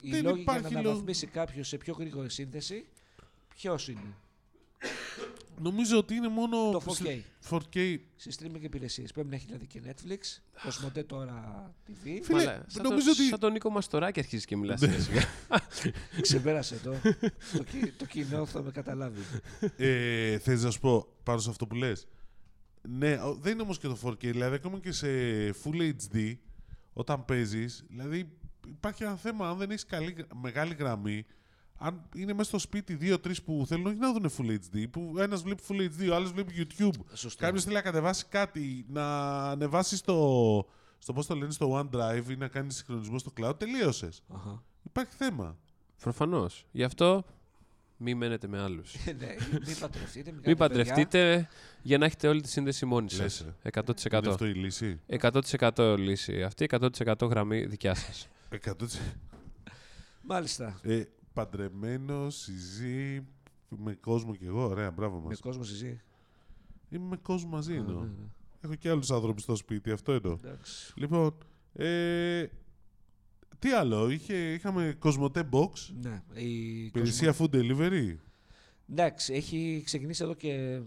οι Δεν λόγοι για να υπάρχει λόγο. αναβαθμίσει κάποιος σε πιο γρήγορη σύνδεση, ποιος είναι. Νομίζω ότι είναι μόνο. Το 4K. 4K Σε streaming υπηρεσίες. Πρέπει να έχει δηλαδή και Netflix, Κοσμοτέ τώρα TV. Φίλε, Μαλά, σαν, νομίζω το, ότι- Ναι. σαν τον Νίκο Μαστοράκη αρχίζει και μιλάς σιγά σιγά. Ξεπέρασε το. το, κι- το κοινό θα με καταλάβει. Ε, Θες να σου πω πάνω σε αυτό που λες. Ναι, ο- δεν είναι όμως και το 4K. Δηλαδή, ακόμα και σε Full HD, όταν παίζεις, δηλαδή υπάρχει ένα θέμα. Αν δεν έχεις μεγάλη γραμμή, αν είναι μέσα στο σπίτι δύο-τρει που θέλουν όχι να δουν Full HD, που ένας βλέπει Full HD, ο άλλος βλέπει YouTube. Σωστό. Κάποιος θέλει να κατεβάσει κάτι, να ανεβάσεις στο, στο πώς το λένε, στο OneDrive ή να κάνεις συγχρονισμό στο cloud. Τελείωσες. Αχα. Υπάρχει θέμα. Προφανώς. Γι' αυτό μη μένετε με άλλους. ναι, μην παντρευτείτε. Μην, κάνετε Μη παιδιά. παντρευτείτε για να έχετε όλη τη σύνδεση μόνοι σας. Λες, ε. 100%. Είναι αυτό η λύση. 100% λύση. Αυτή 100% γραμμή δικιά [LAUGHS] σας. 100%. Μάλιστα. Ε, παντρεμένο, συζή, με κόσμο κι εγώ. Ωραία, μπράβο μα. Με κόσμο συζή. Είμαι με κόσμο μαζί εννοώ. ναι. Έχω και άλλους άνθρωπους στο σπίτι, αυτό εννοώ. Εντάξει. Λοιπόν, ε, τι άλλο, είχε, είχαμε Κοσμοτέ Box, Ναι. Η υπηρεσία food delivery. Εντάξει, έχει ξεκινήσει εδώ και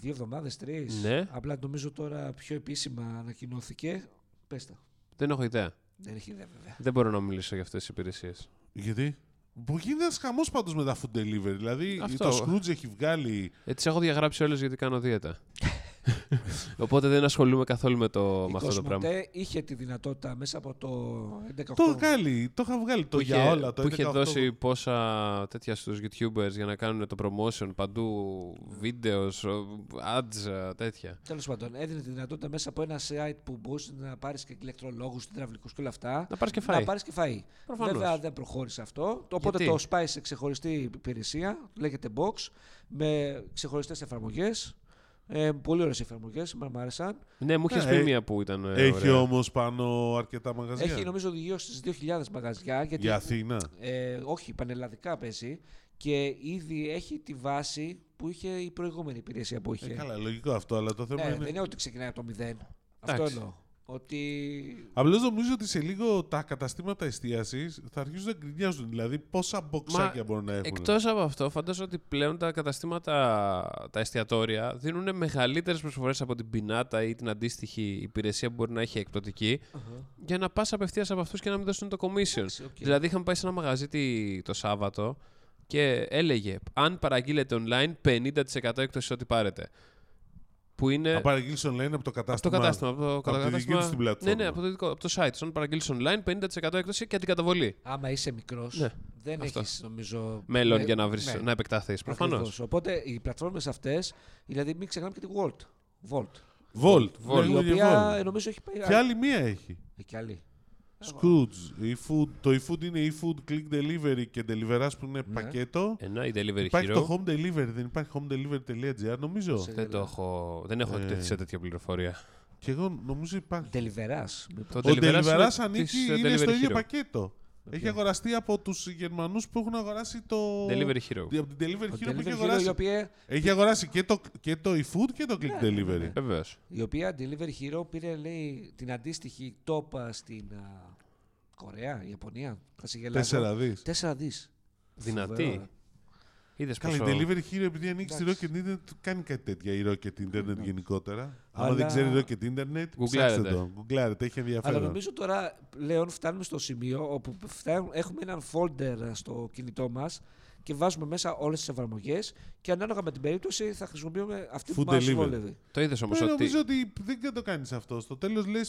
δύο εβδομάδες, τρεις. Ναι. Απλά νομίζω τώρα πιο επίσημα ανακοινώθηκε. Πες τα. Δεν έχω ιδέα. Δεν έχει ιδέα βέβαια. Δεν μπορώ να μιλήσω για αυτές τις υπηρεσίες. Γιατί? Που γίνεται ένας χαμός πάντως με τα food delivery. Δηλαδή Αυτό. το Scrooge έχει βγάλει. Ε, τις έχω διαγράψει όλες γιατί κάνω [LAUGHS] δίαιτα. Οπότε δεν ασχολούμαι καθόλου με, το, Η με αυτό το πράγμα. Κοσμοτέ είχε τη δυνατότητα μέσα από το 11 Το βγάλει, το είχα βγάλει το Που για είχε- όλα. Το που είχε 11, δώσει πόσα τέτοια στους youtubers για να κάνουν το promotion παντού, βίντεος, ads, ε, τέτοια. Τέλος πάντων, έδινε τη δυνατότητα μέσα από ένα site που μπορούσες να πάρεις και ηλεκτρολόγους, υδραυλικού και όλα αυτά. Να πάρεις και φαΐ. Να πάρεις και φαΐ. Προφανώς. Βέβαια δεν προχώρησε αυτό. Το- Οπότε Γιατί? το σπάει σε ξεχωριστή υπηρεσία, λέγεται Box, με ξεχωριστές εφαρμογές. Ε, πολύ ωραίες εφαρμογές, μου άρεσαν. Ναι, μου είχες Ναι, πει ε, μία που ήταν ε, Έχει ωραία. όμως πάνω αρκετά μαγαζιά. Έχει νομίζω γύρω στι 2.000 μαγαζιά. Γιατί Για Αθήνα. ε, όχι, πανελλαδικά παίζει και ήδη έχει τη βάση που είχε η προηγούμενη υπηρεσία που είχε. Ε, καλά, λογικό αυτό, αλλά το θέμα ναι, είναι. Δεν είναι ότι ξεκινάει από το μηδέν. Αυτό Εντάξει. εννοώ. Ότι Απλώς νομίζω ότι σε λίγο τα καταστήματα εστίασης θα αρχίσουν να γκρινιάζουν. Δηλαδή, πόσα μποξάκια μπορούν να έχουν. Εκτός από αυτό, φαντάζομαι ότι πλέον τα καταστήματα, τα εστιατόρια, δίνουν μεγαλύτερες προσφορές από την πινάτα ή την αντίστοιχη υπηρεσία που μπορεί να έχει εκπτωτική, για να πας απευθείας από αυτούς και να μην δώσουν το commission. οκ. Δηλαδή, είχαμε πάει σε ένα μαγαζί τη- το Σάββατο και έλεγε, αν παραγγείλετε online, 50% έκπτωση ό,τι πάρετε. Που είναι... Να παραγγείλει online από το ε, Από το κατάστημα. κατάστημα. Από το, τη δική κατάστημα- τους την πλατφόρμα. Ναι, ναι, από το, δικό- από το site. Αν παραγγείλει online, 50% έκπτωση και αντικαταβολή. Άμα είσαι μικρός, Ναι, δεν αυτό. έχεις νομίζω. Μέλλον ε, για να, βρεις, ναι, να επεκταθείς. Προφανώς. ακριβώς. Οπότε οι πλατφόρμες αυτές, δηλαδή μην ξεχνάμε και τη Volt. Volt. Volt. Volt. Η λέγουν για οποία Volt. νομίζω έχει πάει. Και άλλη μία έχει. Ε, κι άλλη. Scrooge. Η food. Το e-food είναι e-food click delivery και deliveras που Ναι. είναι πακέτο. Ένα η delivery Υπάρχει hero. το home delivery, δεν υπάρχει home delivery.gr νομίζω. Δεν, το έχω, δεν έχω εκτεθεί σε τέτοια πληροφορία. Και εγώ νομίζω υπάρχει. Deliveras. Το Ο delivery είναι deliveras της, ανήκει, ε, είναι στο delivery ίδιο hero. πακέτο. Έχει αγοραστεί από τους Γερμανούς που έχουν αγοράσει το. Delivery hero. Από την Delivery Hero που έχει Delivery Hero, η αγοράσει. οποία, Ναι, Έχει αγοράσει και το, και το e-food και το click delivery. Βεβαίως. η οποία Delivery Hero πήρε λέει, την αντίστοιχη τόπα στην α, Κορέα, Ιαπωνία. Θα σε γελάσω. Τέσσερα δις. Τέσσερα δις. Φοβερό, ε. Δυνατή. Είδες Καλά, η πόσο... delivery hero επειδή ανοίξει τη Εντάξει. Rocket Internet κάνει κάτι τέτοια η Rocket Internet γενικότερα. Αλλά- Άμα δεν ξέρει Rocket Internet, ψάξτε Γκουγκλάρετε. το. Γκουγκλάρετε, έχει Αλλά ενδιαφέρον. νομίζω τώρα πλέον φτάνουμε στο σημείο όπου φτάνουμε, έχουμε έναν folder στο κινητό μας και βάζουμε μέσα όλες τις εφαρμογές και ανάλογα με την περίπτωση θα χρησιμοποιούμε αυτή που Food μας delivery. βολεύει. Το είδες όμως Ε, ότι. νομίζω ότι δεν το κάνεις αυτό. Στο τέλος λες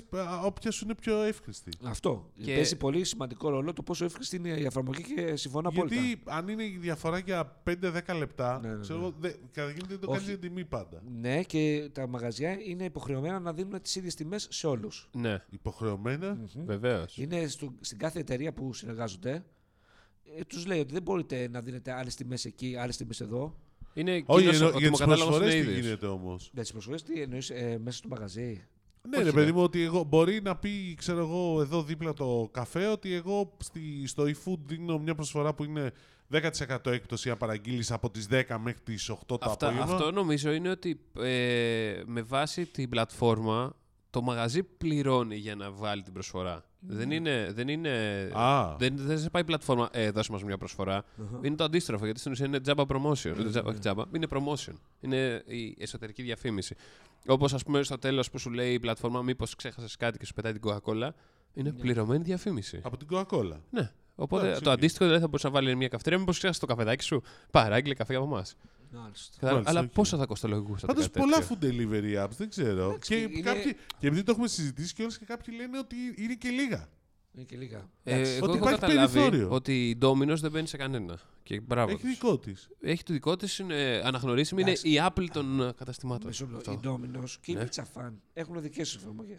όποια σου είναι πιο εύχριστη. Αυτό. Και- Παίζει πολύ σημαντικό ρόλο το πόσο εύχριστη είναι η εφαρμογή και συμφωνώ απόλυτα. Γιατί αν είναι η διαφορά για 5-10 λεπτά, Ναι, ναι, ναι. ξέρω εγώ, δε- κατά κύριο δεν το Όχι. κάνει για τιμή πάντα. Ναι, και τα μαγαζιά είναι υποχρεωμένα να δίνουν τις ίδιες τιμές σε όλους. Ναι, Υποχρεωμένα. βεβαίω. Ε. Είναι στο, στην κάθε εταιρεία που συνεργάζονται. Ε, τους λέει ότι δεν μπορείτε να δίνετε άλλες τιμές εκεί, άλλες τιμές εδώ. Είναι Όχι, κοινός- εννοώ- ο για τις κατάλογο προσφορές είναι τι ίδιος. γίνεται όμως. Να τις προσφορές, τι εννοείς μέσα στο μαγαζί. Ναι, Όχι, ρε ρε. παιδί μου, ότι εγώ μπορεί να πει, ξέρω εγώ, εδώ δίπλα το καφέ, ότι εγώ στη, στο eFood δίνω μια προσφορά που είναι 10% έκπτωση αν παραγγείλεις από τις 10 μέχρι τις 8 το Αυτά, απόγευμα. αυτό νομίζω είναι ότι ε, με βάση την πλατφόρμα το μαγαζί πληρώνει για να βάλει την προσφορά. Δεν είναι. Δεν, είναι Ναι. Α. δεν, δεν σε πάει η πλατφόρμα. Ε, δώσε μας μια προσφορα Είναι το αντίστροφο γιατί στην ουσία είναι τζάμπα promotion. Ναι, Ε, τζάμπα, όχι τζάμπα, είναι promotion. Είναι η εσωτερική διαφήμιση. Όπως ας πούμε στο τέλος που σου λέει η πλατφόρμα, μήπως ξέχασες κάτι και σου πετάει την Coca-Cola. Είναι πληρωμένη διαφήμιση. Από την Coca-Cola. Ναι. Οπότε Ναι. Εντάξει, το οκ. αντίστοιχο δηλαδή θα μπορούσε να βάλεις μια καφετέρια. Μήπως ξέχασες το καφεδάκι σου, παράγγειλε καφέ από εμάς. Μάλιστα. Κατάλαβα. Μάλιστα, Αλλά οκ. πόσο θα κοστολογούσατε. Πάντω κάτι πολλά τέτοιο. food delivery apps, δεν ξέρω. Εντάξει, και, είναι- κάποιοι, και επειδή το έχουμε συζητήσει κιόλας και κάποιοι λένε ότι είναι και λίγα. Είναι και λίγα. Ε, εγώ έχω Ότι υπάρχει καταλάβει περιθώριο. ότι η Domino's δεν μπαίνει σε κανένα. Και μπράβο. Έχει τους. δικό της. Έχει το δικό της, είναι ε, αναγνωρίσιμη, είναι η Apple των ε, καταστημάτων. Μεσόπλο, Αυτό. Ναι. η Domino's και η Pizza Fan έχουν δικέ του εφαρμογέ.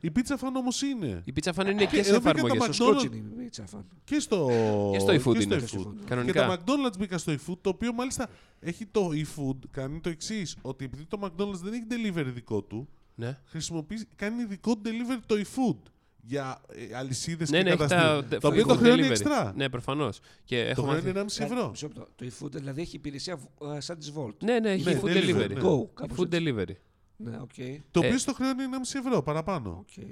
Η πίτσα φαν όμω είναι. Η πίτσα φαν είναι και σε Ε, εδώ μπήκα εφαρμογέ. τα Το McDonald's- σκότσι είναι η Pizza Fan. Και στο, Και στο eFood είναι. στο eFood. Και Κανονικά. τα McDonald's μπήκα στο eFood, το οποίο μάλιστα έχει το eFood, κάνει το εξής, ότι επειδή το McDonald's δεν έχει delivery δικό του, Ναι, χρησιμοποιεί, κάνει δικό του delivery το eFood για ε, αλυσίδες ναι, και ναι έχει τα. καταστήματα. Το οποίο το food χρεώνει delivery. εξτρά. Ναι, προφανώς. Και Το έχω μάθει. χρεώνει 1,5 ευρώ. Ε, Μισό λεπτό. Το eFood δηλαδή έχει υπηρεσία ε, σαν της Volt. Ναι, ναι, έχει Ναι, food delivery, delivery. ναι. Go, Έχει κάπως Food έτσι. delivery. Ναι, οκ. Το Ε. οποίο στο χρεώνει 1,5 ευρώ παραπάνω. οκ.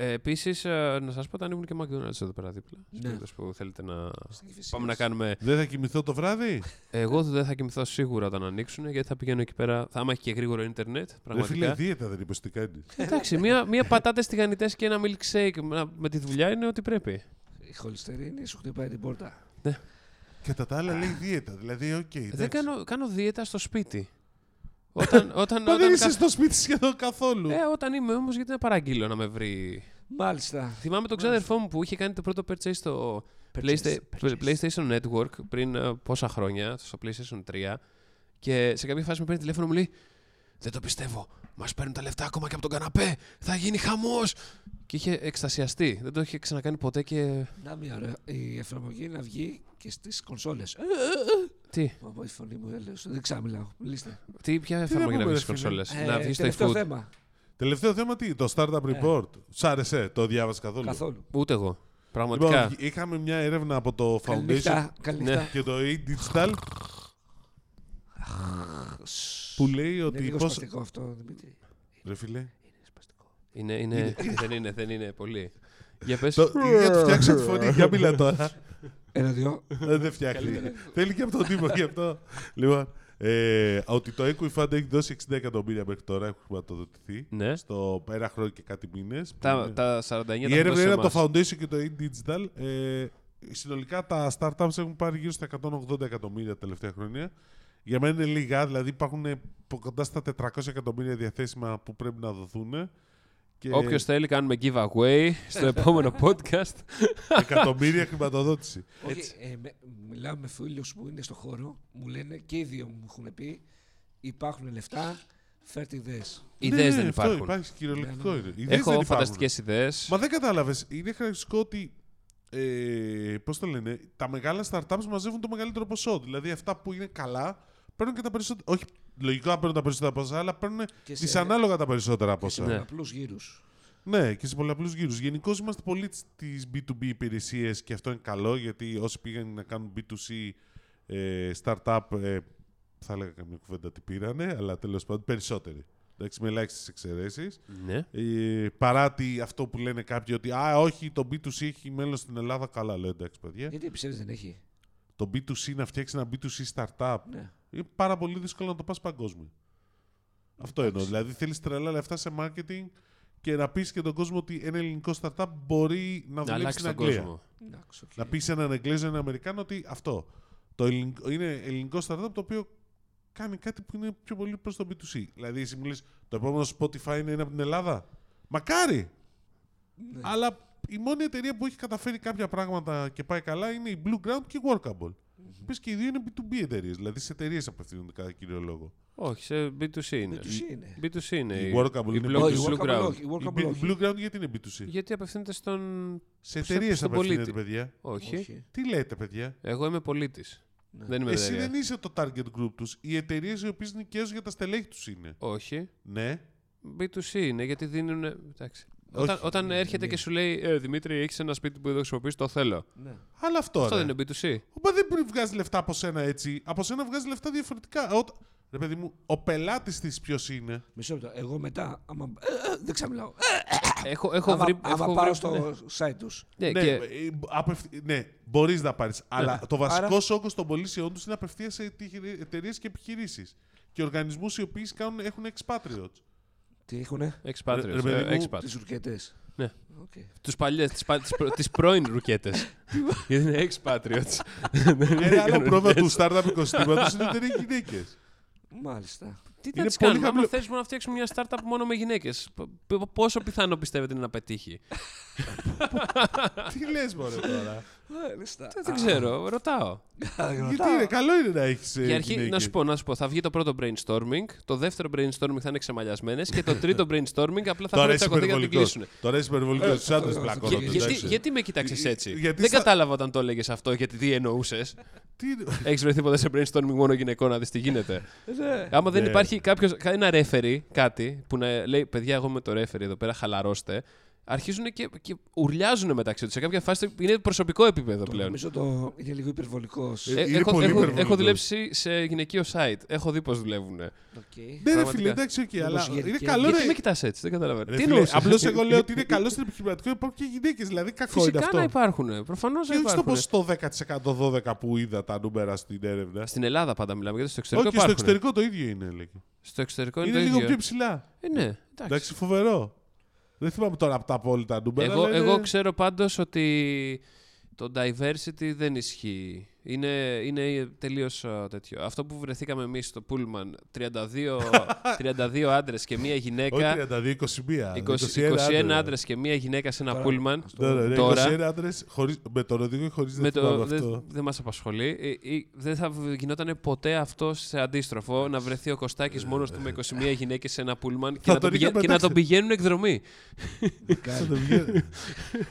Επίσης, Ε, να σας πω ότι ανοίγουν και McDonald's εδώ πέρα δίπλα. Σε Ναι. περίπτωση που θέλετε να. Στην Κηφισίας. Πάμε να κάνουμε. Δεν θα κοιμηθώ το βράδυ. Εγώ δεν θα κοιμηθώ σίγουρα όταν ανοίξουν γιατί θα πηγαίνω εκεί πέρα. Θα άμα έχει και γρήγορο Ιντερνετ. Ρε φίλε, Πραγματικά. δίαιτα δεν είπες τι κάνεις. Εντάξει, μία, μία πατάτε τηγανιτέ και ένα milkshake με- με τη δουλειά είναι ό,τι πρέπει. Η χολυστερίνη σου χτυπάει την πόρτα. Κατά τα άλλα λέει δίαιτα. Δηλαδή, οκ. εντάξει. Ε, Δεν κάνω, κάνω δίαιτα στο σπίτι. [LAUGHS] Όταν, όταν, Μα δεν όταν, είσαι καθ- στο σπίτι σχεδόν καθόλου. ε, όταν είμαι όμως, γιατί να παραγγείλω να με βρει. Μάλιστα. Θυμάμαι τον ξάδερφό μου που είχε κάνει το πρώτο purchase στο Playsta- PlayStation Network πριν ε, πόσα χρόνια, στο PlayStation 3. Και σε κάποια φάση με παίρνει τηλέφωνο μου λέει: Δεν το πιστεύω. Μας παίρνουν τα λεφτά ακόμα και από τον καναπέ. Θα γίνει χαμός. Και είχε εκστασιαστεί. Δεν το είχε ξανακάνει ποτέ και. Να μια ωραία. Η εφαρμογή να βγει και Ε, στις κονσόλες. Τι, Μα πω, η φωνή μου έλεος. Δεν ξαμιλάω. Μιλήστε. τι ποια εφαρμογή να πούμε, βγει στι ρε φίλε. κονσόλες. Ε, Να βγει στο τελευταίο eFood. θέμα. Τελευταίο θέμα τι, το Startup Report. Σ' άρεσε, το διάβασες καθόλου. Καθόλου. Ούτε εγώ. Λοιπόν, Πραγματικά. βγη- είχαμε μια έρευνα από το Foundation Καληνύχτα. Καληνύχτα. και το e-digital που λέει Είναι Ναι. ότι λίγο πώς... σπαστικό αυτό, Δημήτρη. Ρε φίλε, Είναι σπαστικό. Είναι, είναι, δεν είναι, δεν είναι πολύ. Για πες. το... για να του φτιάξω τη φωνή, για μίλα τώρα. Ένα-δυο. Ε, Δεν φτιάχνει. Θέλει και από τον τύπο γι' αυτό. Λοιπόν, ε, ότι το Equifund έχει δώσει 60 εκατομμύρια μέχρι τώρα, έχουν χρηματοδοτηθεί. Ναι. Στο ένα χρόνο και κάτι μήνες. Τα, τα 49 τα Η έχουν έρευνα δώσει είναι σε από εμάς. το Foundation και το e-Digital. Ε, συνολικά τα startups έχουν πάρει γύρω στα 180 εκατομμύρια τα τελευταία χρόνια. Για μένα είναι λίγα, δηλαδή υπάρχουν ε, πο- κοντά στα 400 εκατομμύρια διαθέσιμα που πρέπει να δοθούν. Και Ναι. Όποιος θέλει κάνουμε giveaway στο επόμενο podcast. εκατομμύρια χρηματοδότηση. Όχι, ε, με- μιλάω με φίλους που είναι στο χώρο, μου λένε και οι δύο μου έχουν πει: Υπάρχουν λεφτά, φέρτε ιδέες. [LAUGHS] Ιδέες Ναι, δεν αυτό υπάρχουν. Ναι, Υπάρχει κυριολεκτικό είναι. Ιδέες δεν Έχω υπάρχουν. φανταστικές ιδέες. Μα δεν κατάλαβες. Είναι χαρακτηριστικό ότι. Ε, Πώς το λένε, τα μεγάλα startups μαζεύουν το μεγαλύτερο ποσό. Δηλαδή αυτά που είναι καλά παίρνουν και τα περισσότερα. Όχι, λογικά παίρνουν τα περισσότερα ποσά, αλλά παίρνουν Και σε- δυσανάλογα τα περισσότερα ποσά. Ναι. Ναι. Απλού γύρου. και σε πολλαπλούς γύρους. Γενικώ είμαστε πολύ στι B2B υπηρεσίες και αυτό είναι καλό γιατί όσοι πήγαν να κάνουν B2C ε, startup. Ε, θα έλεγα καμία κουβέντα τι πήρανε, αλλά τέλος πάντων περισσότεροι. Εντάξει, με ελάχιστες εξαιρέσεις. Ναι. Ε, παρά τη, αυτό που λένε κάποιοι ότι «Α, όχι, το B2C έχει μέλλον στην Ελλάδα». Καλά λέω, εντάξει, Ε. παιδιά. Γιατί πιστεύεις δεν έχει. Το B2C, να φτιάξεις ένα B2C startup, Ναι. είναι πάρα πολύ δύσκολο να το πας παγκόσμιο. Αυτό εννοώ. Δηλαδή, θέλεις τρελά λεφτά σε marketing και να πεις και τον κόσμο ότι ένα ελληνικό startup μπορεί να Να δουλέψει αλλάξει στην τον Αγγλία. κόσμο. Εντάξει, οκ. Να πεις έναν Εγγλέζο, έναν Αμερικάνο ότι αυτό. Το ελληνικό, είναι ελληνικό startup το οποίο κάνει κάτι που είναι πιο πολύ προς το B2C. Δηλαδή, εσύ μου λες, το επόμενο Spotify είναι ένα από την Ελλάδα. Μακάρι! Ναι. Αλλά η μόνη εταιρεία που έχει καταφέρει κάποια πράγματα και πάει καλά είναι η Blue Ground και η Workable. Mm-hmm. και οι δύο είναι B2B εταιρείες, δηλαδή σε εταιρείες απευθύνονται κατά κύριο λόγο. Όχι, σε B2C είναι. B2C είναι. B2C είναι. Η η Workable είναι Blue- B2C. η Όχι, Blue Ground. workable όχι, Η workable B- όχι. Blue Ground γιατί είναι B2C. Γιατί απευθύνεται στον. Σε στον- εταιρείες στον απευθύνεται, πολίτη. παιδιά. Όχι. Όχι. Τι λέτε, παιδιά. Εγώ είμαι πολίτης. Ναι. Δεν είμαι Εσύ εταιρεία. δεν είσαι το target group τους. Οι εταιρείες οι οποίες νοικιάζουν για τα στελέχη τους είναι. Όχι. Ναι. B2C είναι γιατί δίνουν. Εντάξει. Όταν, όταν ναι, έρχεται και σου λέει ε, Δημήτρη, έχεις ένα σπίτι που εδώ χρησιμοποιείς, το θέλω. Ναι. Αλλά αυτό. Αυτό ρε. δεν είναι B2C. Μα δεν μπορεί να βγάζει λεφτά από σένα έτσι. Από σένα βγάζει λεφτά διαφορετικά. Όταν- Ρε παιδί μου, ο πελάτης της ποιος είναι. Μισό λεπτό. Εγώ μετά, άμα. Ε, ε, δεν ξαμιλάω. Έχω, έχω Άμα, βρει. άμα έχω πάρω βρει- στο site τους. Ναι, Ναι, και- ε, απευθυ- ναι μπορείς να πάρεις. Αλλά το βασικό Άρα- όγκο των πωλήσεών τους είναι απευθείας σε εταιρείες και επιχειρήσεις. Και οργανισμούς οι οποίοι κάνουν, έχουν [LAUGHS] expatriates. Τι έχουνε. Expatriates. Ρε- ρε παιδί μου, Τις ρουκέτες. Ναι. Οκ. Τους παλιές, τις πρώην ρουκέτες. [LAUGHS] Γιατί είναι expatriates. Ναι, [LAUGHS] Ένα άλλο πρόβλημα του startup οικοσυστήματος είναι ότι δεν είναι γυναίκε. Μάλιστα. Τι θα Είναι τη πολύ κάνουμε. Άμα χαμηλό. θέλουμε να φτιάξουμε μια startup μόνο με γυναίκες, πόσο πιθανό πιστεύετε είναι να πετύχει. Τι λες, Μωρέ τώρα. Μάλιστα. Δεν ξέρω, ρωτάω. Γιατί είναι, καλό είναι να ε, έχει. Για αρχή, να σου πω, να σου πω, θα βγει το πρώτο brainstorming, το δεύτερο brainstorming θα είναι ξεμαλιασμένες και το τρίτο brainstorming απλά θα έχουν Τώρα είσαι τσακωθεί για να την υπερβολικός. κλείσουν. Τώρα είσαι υπερβολικός. Τους άντρες ε, πλακώνονται. Κόλλονται, Γιατί, εντάξει. Ε, γιατί με κοίταξε έτσι. γιατί Δεν στα- κατάλαβα όταν το έλεγες αυτό γιατί τι εννοούσες. Τι είναι- Έχεις βρεθεί ποτέ σε brainstorming μόνο γυναικών να δεις τι γίνεται. Άμα δεν Ναι. υπάρχει κάποιος, κα- ένα referee, κάτι που να λέει παιδιά, εγώ είμαι το referee εδώ πέρα, χαλαρώστε. Αρχίζουν και, και ουρλιάζουν μεταξύ τους. Σε κάποια φάση είναι προσωπικό επίπεδο Το πλέον. Νομίζω το είναι λίγο υπερβολικός. Ε, Ε, είναι έχω, πολύ έχω, υπερβολικός. έχω δουλέψει σε γυναικείο site. Έχω δει πώς δουλεύουν. Ναι, ρε Πραγματικά. φίλε, εντάξει, οκ, αλλά γερικέ. είναι καλό Γιατί να. με κοιτάς έτσι, δεν καταλαβαίνω. Ρε Τι φίλε, εννοούσες? Απλώς εγώ λέω ότι είναι καλό στην επιχειρηματικότητα υπάρχουν και γυναίκες. Δηλαδή, κακό είναι [LAUGHS] Φυσικά να αυτό. υπάρχουν. Προφανώ Και να όχι στο υπάρχουν. πως το 10% 12% που είδα τα νούμερα στην έρευνα. Στην Ελλάδα πάντα μιλάμε γιατί στο εξωτερικό Όχι, στο υπάρχουν. εξωτερικό το ίδιο είναι, λέγει. Στο εξωτερικό είναι, Είναι το λίγο ίδιο. πιο ψηλά. Ε, ναι, εντάξει. Εντάξει, φοβερό. Δεν θυμάμαι τώρα από τα απόλυτα νούμερα. Εγώ, αλλά είναι- εγώ ξέρω πάντως ότι το diversity δεν ισχύει. Είναι, είναι τελείως α, τέτοιο. Αυτό που βρεθήκαμε εμείς στο Pullman, [LAUGHS] 32, 32 άντρες και μία γυναίκα, Όχι 32, 20 21. 21 21 άντρες. άντρες και μία γυναίκα σε ένα Τώρα, Pullman, Ναι, ναι, ναι, Τώρα- 21 άντρες χωρίς- με τον οδηγό ή χωρίς με δεν το, θυμάμαι δεν αυτό. δεν μας απασχολεί. Ε, ε, δεν θα γινόταν ποτέ αυτό σε αντίστροφο, να βρεθεί ο Κωστάκης μόνος του με 21 γυναίκες σε ένα Pullman και, Θα να τον, τον πηγα- είχα και να πετάξει. τον πηγαίνουν εκδρομή. Θα το [LAUGHS] βγαίνει.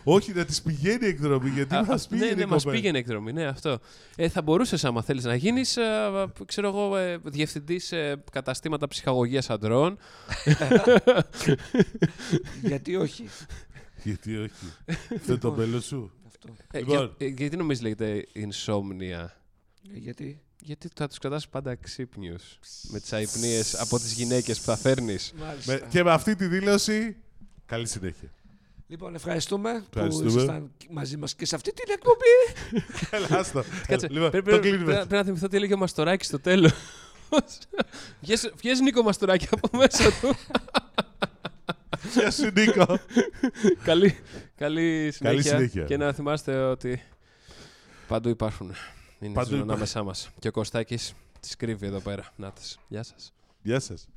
Όχι, να της πηγαίνει η εκδρομή, γιατί Α, μας ναι, πήγαινε ναι, η μας κοπέλα. πήγαινε εκδρομή, ναι, αυτό. Ε, θα μπορούσες, άμα θέλεις να γίνεις, ξέρω εγώ, ε, διευθυντής σε καταστήματα ψυχαγωγίας αντρών. Γιατί όχι. Γιατί [LAUGHS] όχι. Αυτό είναι το Λοιπόν, μέλος σου. Αυτό. Ε, Λοιπόν. για- ε, γιατί νομίζεις λέγεται insomnia. Ε, Γιατί. Γιατί θα τους κρατάς πάντα ξύπνιους με τις αϊπνίες από τις γυναίκες που θα φέρνεις. Ε, Μάλιστα. Με- Και με αυτή τη δήλωση, καλή συνέχεια. Λοιπόν, ευχαριστούμε, Ευχαριστούμε. που ήσασταν μαζί μας και σε αυτή την εκπομπή. Έλα, άστο. Κάτσε. Λοιπόν, πρέπει, πρέπει- το πρέπει- κλείνουμε. πρέπει να θυμηθώ τι έλεγε ο Μαστοράκης στο τέλος. [LAUGHS] Βγες Νίκο Μαστοράκη [LAUGHS] από μέσα του. Γεια σου, [LAUGHS] Νίκο. καλή, καλή, συνέχεια. συνέχεια. Και να θυμάστε ότι παντού υπάρχουν. Είναι Παντού παντού υπάρχουν. ανάμεσά μας. Και ο Κωστάκης τις κρύβει εδώ πέρα. Να τις. Γεια σας. Γεια σας.